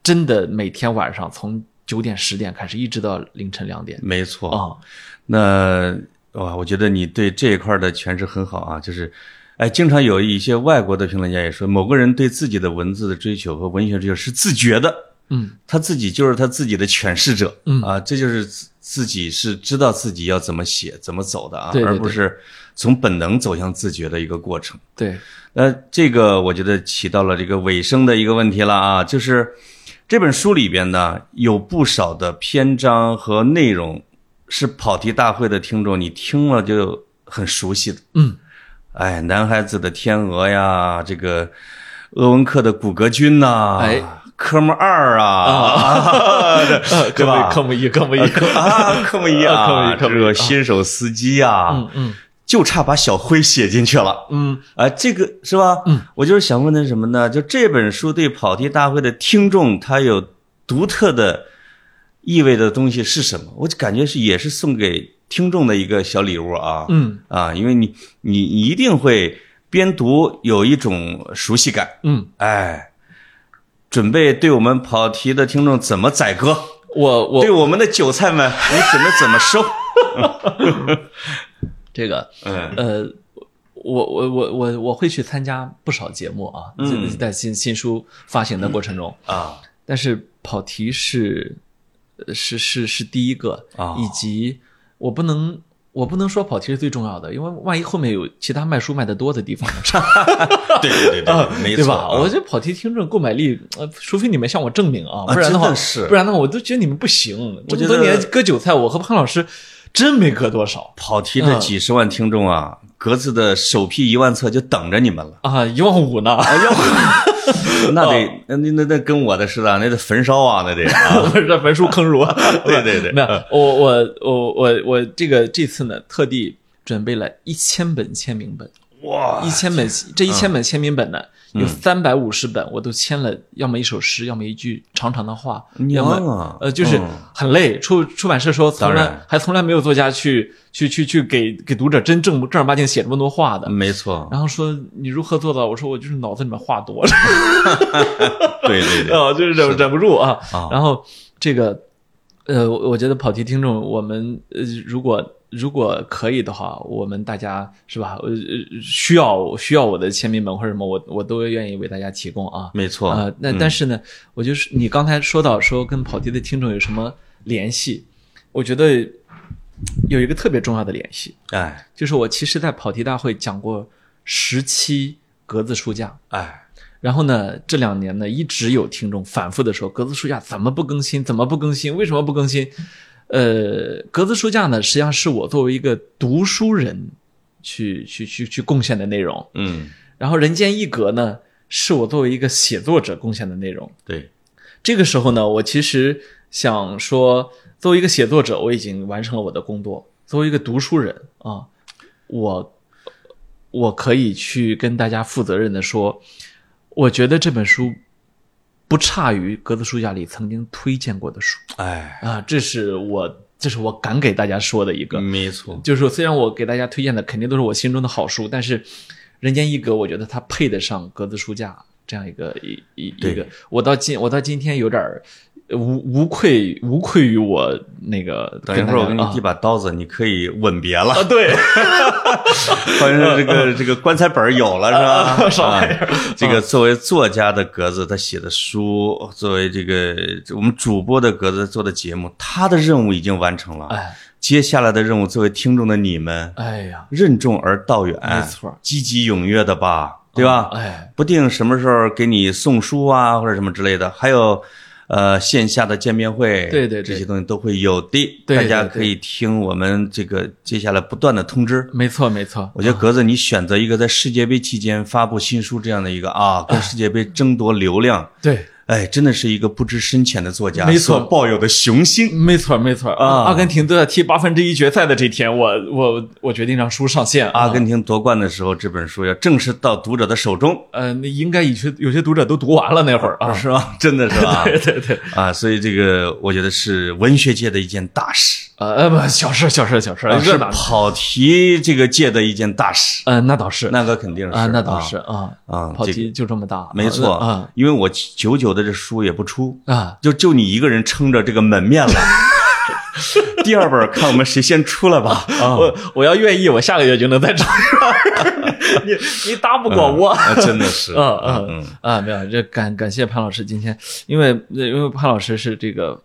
真的每天晚上从九点十点开始，一直到凌晨两点没错啊、那哇，我觉得你对这一块的诠释很好啊，就是，哎，经常有一些外国的评论家也说，某个人对自己的文字的追求和文学追求是自觉的，嗯，他自己就是他自己的诠释者，嗯啊，这就是自自己是知道自己要怎么写、怎么走的啊，对对对而不是从本能走向自觉的一个过程。对，那这个我觉得起到了这个尾声的一个问题了啊，就是这本书里边呢有不少的篇章和内容是跑题大会的听众你听了就很熟悉的，嗯，哎，男孩子的天鹅呀，这个鄂温克的骨骼君呐、哎科目二啊， 啊 对吧？科目一，科呃目一，科啊，科目一啊科目啊，一科目一这个新手司机呀、嗯嗯就差把小辉写进去了。嗯，啊，这个是吧？嗯，我就是想问的是什么呢？就这本书对跑题大会的听众，它有独特的意味的东西是什么？我就感觉是也是送给听众的一个小礼物啊。嗯啊，因为你你你一定会边读有一种熟悉感，嗯，哎。准备对我们跑题的听众怎么宰割？我我对我们的韭菜们，你准备怎么收？这个嗯呃，我我我我我会去参加不少节目啊，嗯在在新新书发行的过程中，啊，但是跑题是呃是是是第一个，啊以及我不能。我不能说跑题是最重要的，因为万一后面有其他卖书卖得多的地方， 对对对 对，没对错吧？啊，我这跑题听众购买力，呃，除非你们向我证明啊，啊不然的话，真的是不然的话，我都觉得你们不行。这我觉么得多年割韭菜，我和潘老师真没割多少。跑题这几十万听众啊，格子的首批一万册就等着你们了啊，一万五呢。哎呦，那嗯得那那那跟我的似的，那得焚烧啊，那得啊 不是在焚书坑 儒。对对对那我我我我我这个这次呢，特地准备了一千本签名本，哇一千本，啊这嗯一千本签名本呢，有三百五十本我都签了，要么一首诗，要么一句长长的话，要么娘啊呃，就是嗯很累。出出版社说，从当然来还从来没有作家去去去去给给读者真正正儿八经写这么多话的。没错，然后说你如何做到？我说我就是脑子里面话多，对对 对，啊，就是忍忍不住啊啊。然后这个，呃，我我觉得跑题听众，我们呃，如果如果可以的话，我们大家是吧？呃，呃需要需要我的签名本或者什么，我我都愿意为大家提供啊。没错啊、那嗯但是呢，我就是你刚才说到说跟跑题的听众有什么联系，我觉得有一个特别重要的联系，哎就是我其实在跑题大会讲过十期格子书架。哎，然后呢，这两年呢，一直有听众反复的说，格子书架怎么不更新？怎么不更新？为什么不更新？呃，格子书架呢，实际上是我作为一个读书人去去去去贡献的内容。嗯，然后人间一格呢，是我作为一个写作者贡献的内容。对，这个时候呢，我其实想说，作为一个写作者，我已经完成了我的工作；作为一个读书人啊，我我可以去跟大家负责任的说，我觉得这本书不差于格子书架里曾经推荐过的书哎，啊，这是我这是我敢给大家说的一个。没错，就是说虽然我给大家推荐的肯定都是我心中的好书，但是《人间一格》，我觉得它配得上格子书架这样一个一一对一个。我到今我到今天有点儿呃无无愧无愧于我那个等一大会儿我家给你啊递把刀子，你可以吻别了。啊，对， 好像是这个这个棺材本儿有了是吧？啥玩意啊这个作为作家的格子，他写的书，作为这个我们主播的格子做的节目，他的任务已经完成了。 哎接下来的任务，作为听众的你们，哎呀，任重而道远，没错，积极踊跃的吧，对吧？哎，不定什么时候给你送书啊，或者什么之类的，还有。呃，线下的见面会，对对对这些东西都会有的，对对大家对可以听我们这个接下来不断的通知。没错没错，我觉得格子，你选择一个在世界杯期间发布新书这样的一个啊，跟世界杯争夺流量，对。哎，真的是一个不知深浅的作家，没错所抱有的雄心。没错，没错啊阿根廷都要踢八分之一决赛的这天，我我我决定让书上线啊阿根廷夺冠的时候，这本书要正式到读者的手中，呃，那应该有些有些读者都读完了那会儿啊，是 吧？真的是吧？对对对，啊，所以这个我觉得是文学界的一件大事，呃，不，小事小事小事，啊是吧？跑题这个界的一件大事，呃，那倒是，那个肯定是啊，那倒是啊，啊，跑这题就这么大，没错啊因为我久久的这书也不出，啊，就就你一个人撑着这个门面 了。第二本看我们谁先出来 吧。啊我我要愿意，我下个月就能再找 一份，你你打不过我。啊真的是，嗯嗯啊啊啊！没有，这感感谢潘老师今天，因为因为潘老师是这个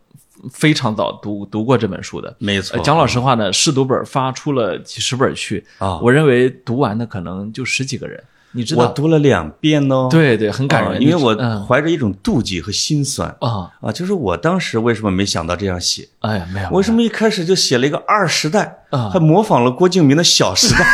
非常早读读过这本书的，没错呃。讲老实话呢，试读本发出了几十本去啊我认为读完的可能就十几个人，你知我道？读了两遍哦，啊，对对，很感人，因为我嗯怀着一种妒忌和心酸啊，啊，就是我当时为什么没想到这样写？哎呀，没有，我为什么一开始就写了一个二时代啊，还模仿了郭敬明的小时代？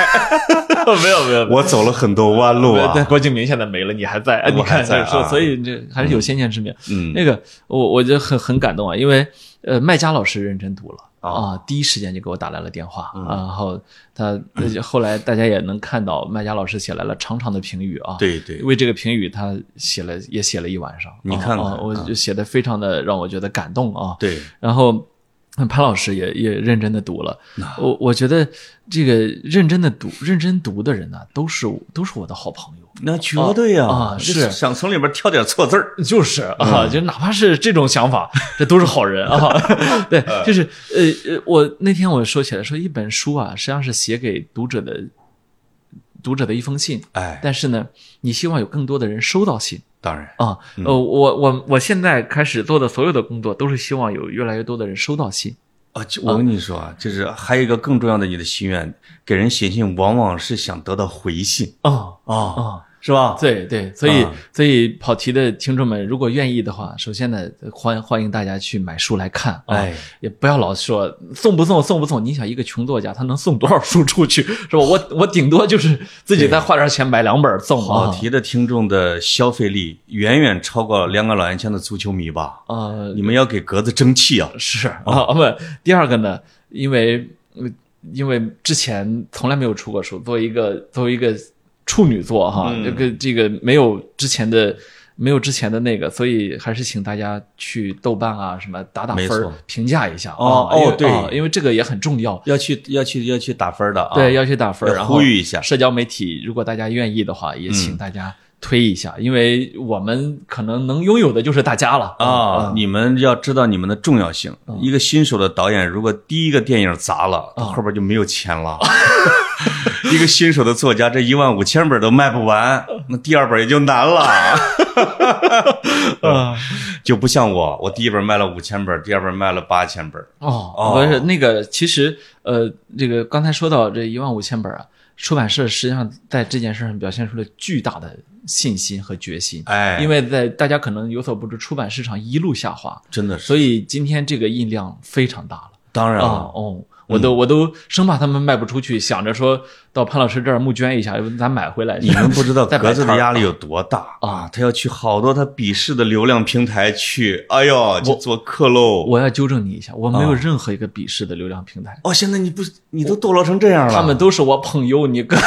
没有没 有，我走了很多弯路对，但啊。郭敬明现在没了，你还在，哎我你还看在这说，啊所以这还是有先见之明。嗯，那个，我我就很很感动啊，因为呃，麦佳老师认真读了。哦嗯啊，第一时间就给我打来了电话，啊然后他呃后来大家也能看到麦佳老师写来了长长的评语啊，，对对，为这个评语他写了也写了一晚上，你看看嗯啊啊我就写的非常的让我觉得感动啊，对，然后嗯潘老师也也认真的读了，我我觉得这个认真的读、认真读的人呢、啊都是都是我的好朋友。那绝对呀啊啊是想从里边挑点错字儿。就是啊，就哪怕是这种想 法，这都是好人 啊。对，就是呃呃，我那天我说起来说，一本书啊，实际上是写给读者的读者的一封信，哎，但是呢，你希望有更多的人收到信，当然，啊，呃，我我我现在开始做的所有的工作，都是希望有越来越多的人收到信。啊，就我跟你说啊，就是还有一个更重要的你的心愿，给人写信往往是想得到回信啊啊，啊，是吧？对对，所以、啊所以跑题的听众们，如果愿意的话，首先呢，欢欢迎大家去买书来看。啊、哎，也不要老说送不送送不送。你想一个穷作家，他能送多少书出去 是吧？我我顶多就是自己再花点钱买两本送跑啊。题的听众的消费力远远超过两个老烟枪的足球迷吧？呃，你们要给格子争气啊！是啊，不，第二个呢，因为呃因为之前从来没有出过书，作为一个作为一个处女座哈，嗯这个这个没有之前的没有之前的那个，所以还是请大家去豆瓣啊什么打打分没儿错评价一下啊哦因为哦对啊因为这个也很重要。要去要去要去打分的啊，对，要去打分儿，要然后呼吁一下嗯社交媒体，如果大家愿意的话，也请大家推一下，因为我们可能能拥有的就是大家了啊，你们要知道你们的重要性。嗯一个新手的导演，如果第一个电影砸了，他后边就没有钱了。 一个新手的作家，这一万五千本都卖不完，嗯那第二本也就难了。啊 就不像我，我第一本卖了五千本，第二本卖了八千本。哦哦，不是那个，其实呃，这个刚才说到这一万五千本啊，出版社实际上在这件事上表现出了巨大的信心和决心，哎，因为为在大家可能有所不知，出版市场一路下滑，真的是，所以今天这个印量非常大了。当然啊了，哦，我嗯都我都生怕他们卖不出去，想着说到潘老师这儿募捐一下，要不咱买回来。你们不知道再摆格子摊的儿压力有多大啊！他要去好多他鄙视的流量平台去，哎呦，去做客喽。 我要纠正你一下，我没有啊任何一个鄙视的流量平台，哦，现在你不你都堕落成这样了，他们都是我朋友，你啊 跟。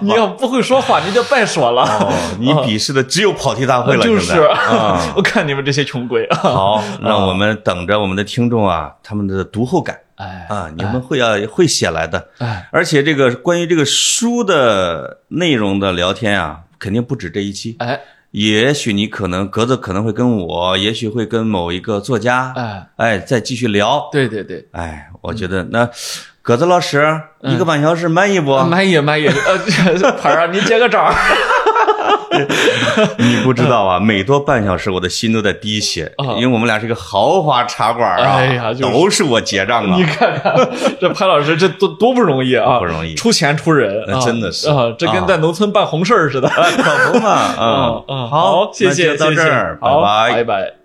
你要不会说话，你就别说了。 哦，你鄙视的只有跑题大会了，就现是， 。在啊我看你们这些穷鬼啊！好，那我们等着我们的听众啊，他们的读后感哎啊，你们会要会写来的。哎，而且这个关于这个书的内容的聊天啊，肯定不止这一期。哎也许你可能格子可能会跟我，也许会跟某一个作家，哎，哎，再继续聊。对对对，嗯哎，我觉得那格子老师一个半小时满意不？满也满也， 呃，盆儿啊，你接个招儿。你不知道啊，每多半小时我的心都在滴血，啊因为我们俩是一个豪华茶馆啊，哎呀就是都是我结账啊 你。看看这潘老师，这多多不容易啊，不容易出钱出人，那啊真的是啊，这跟啊在农村办红事儿似的。可不嘛，啊嗯 啊，好，谢那就谢，到谢这谢儿，拜好拜拜。拜。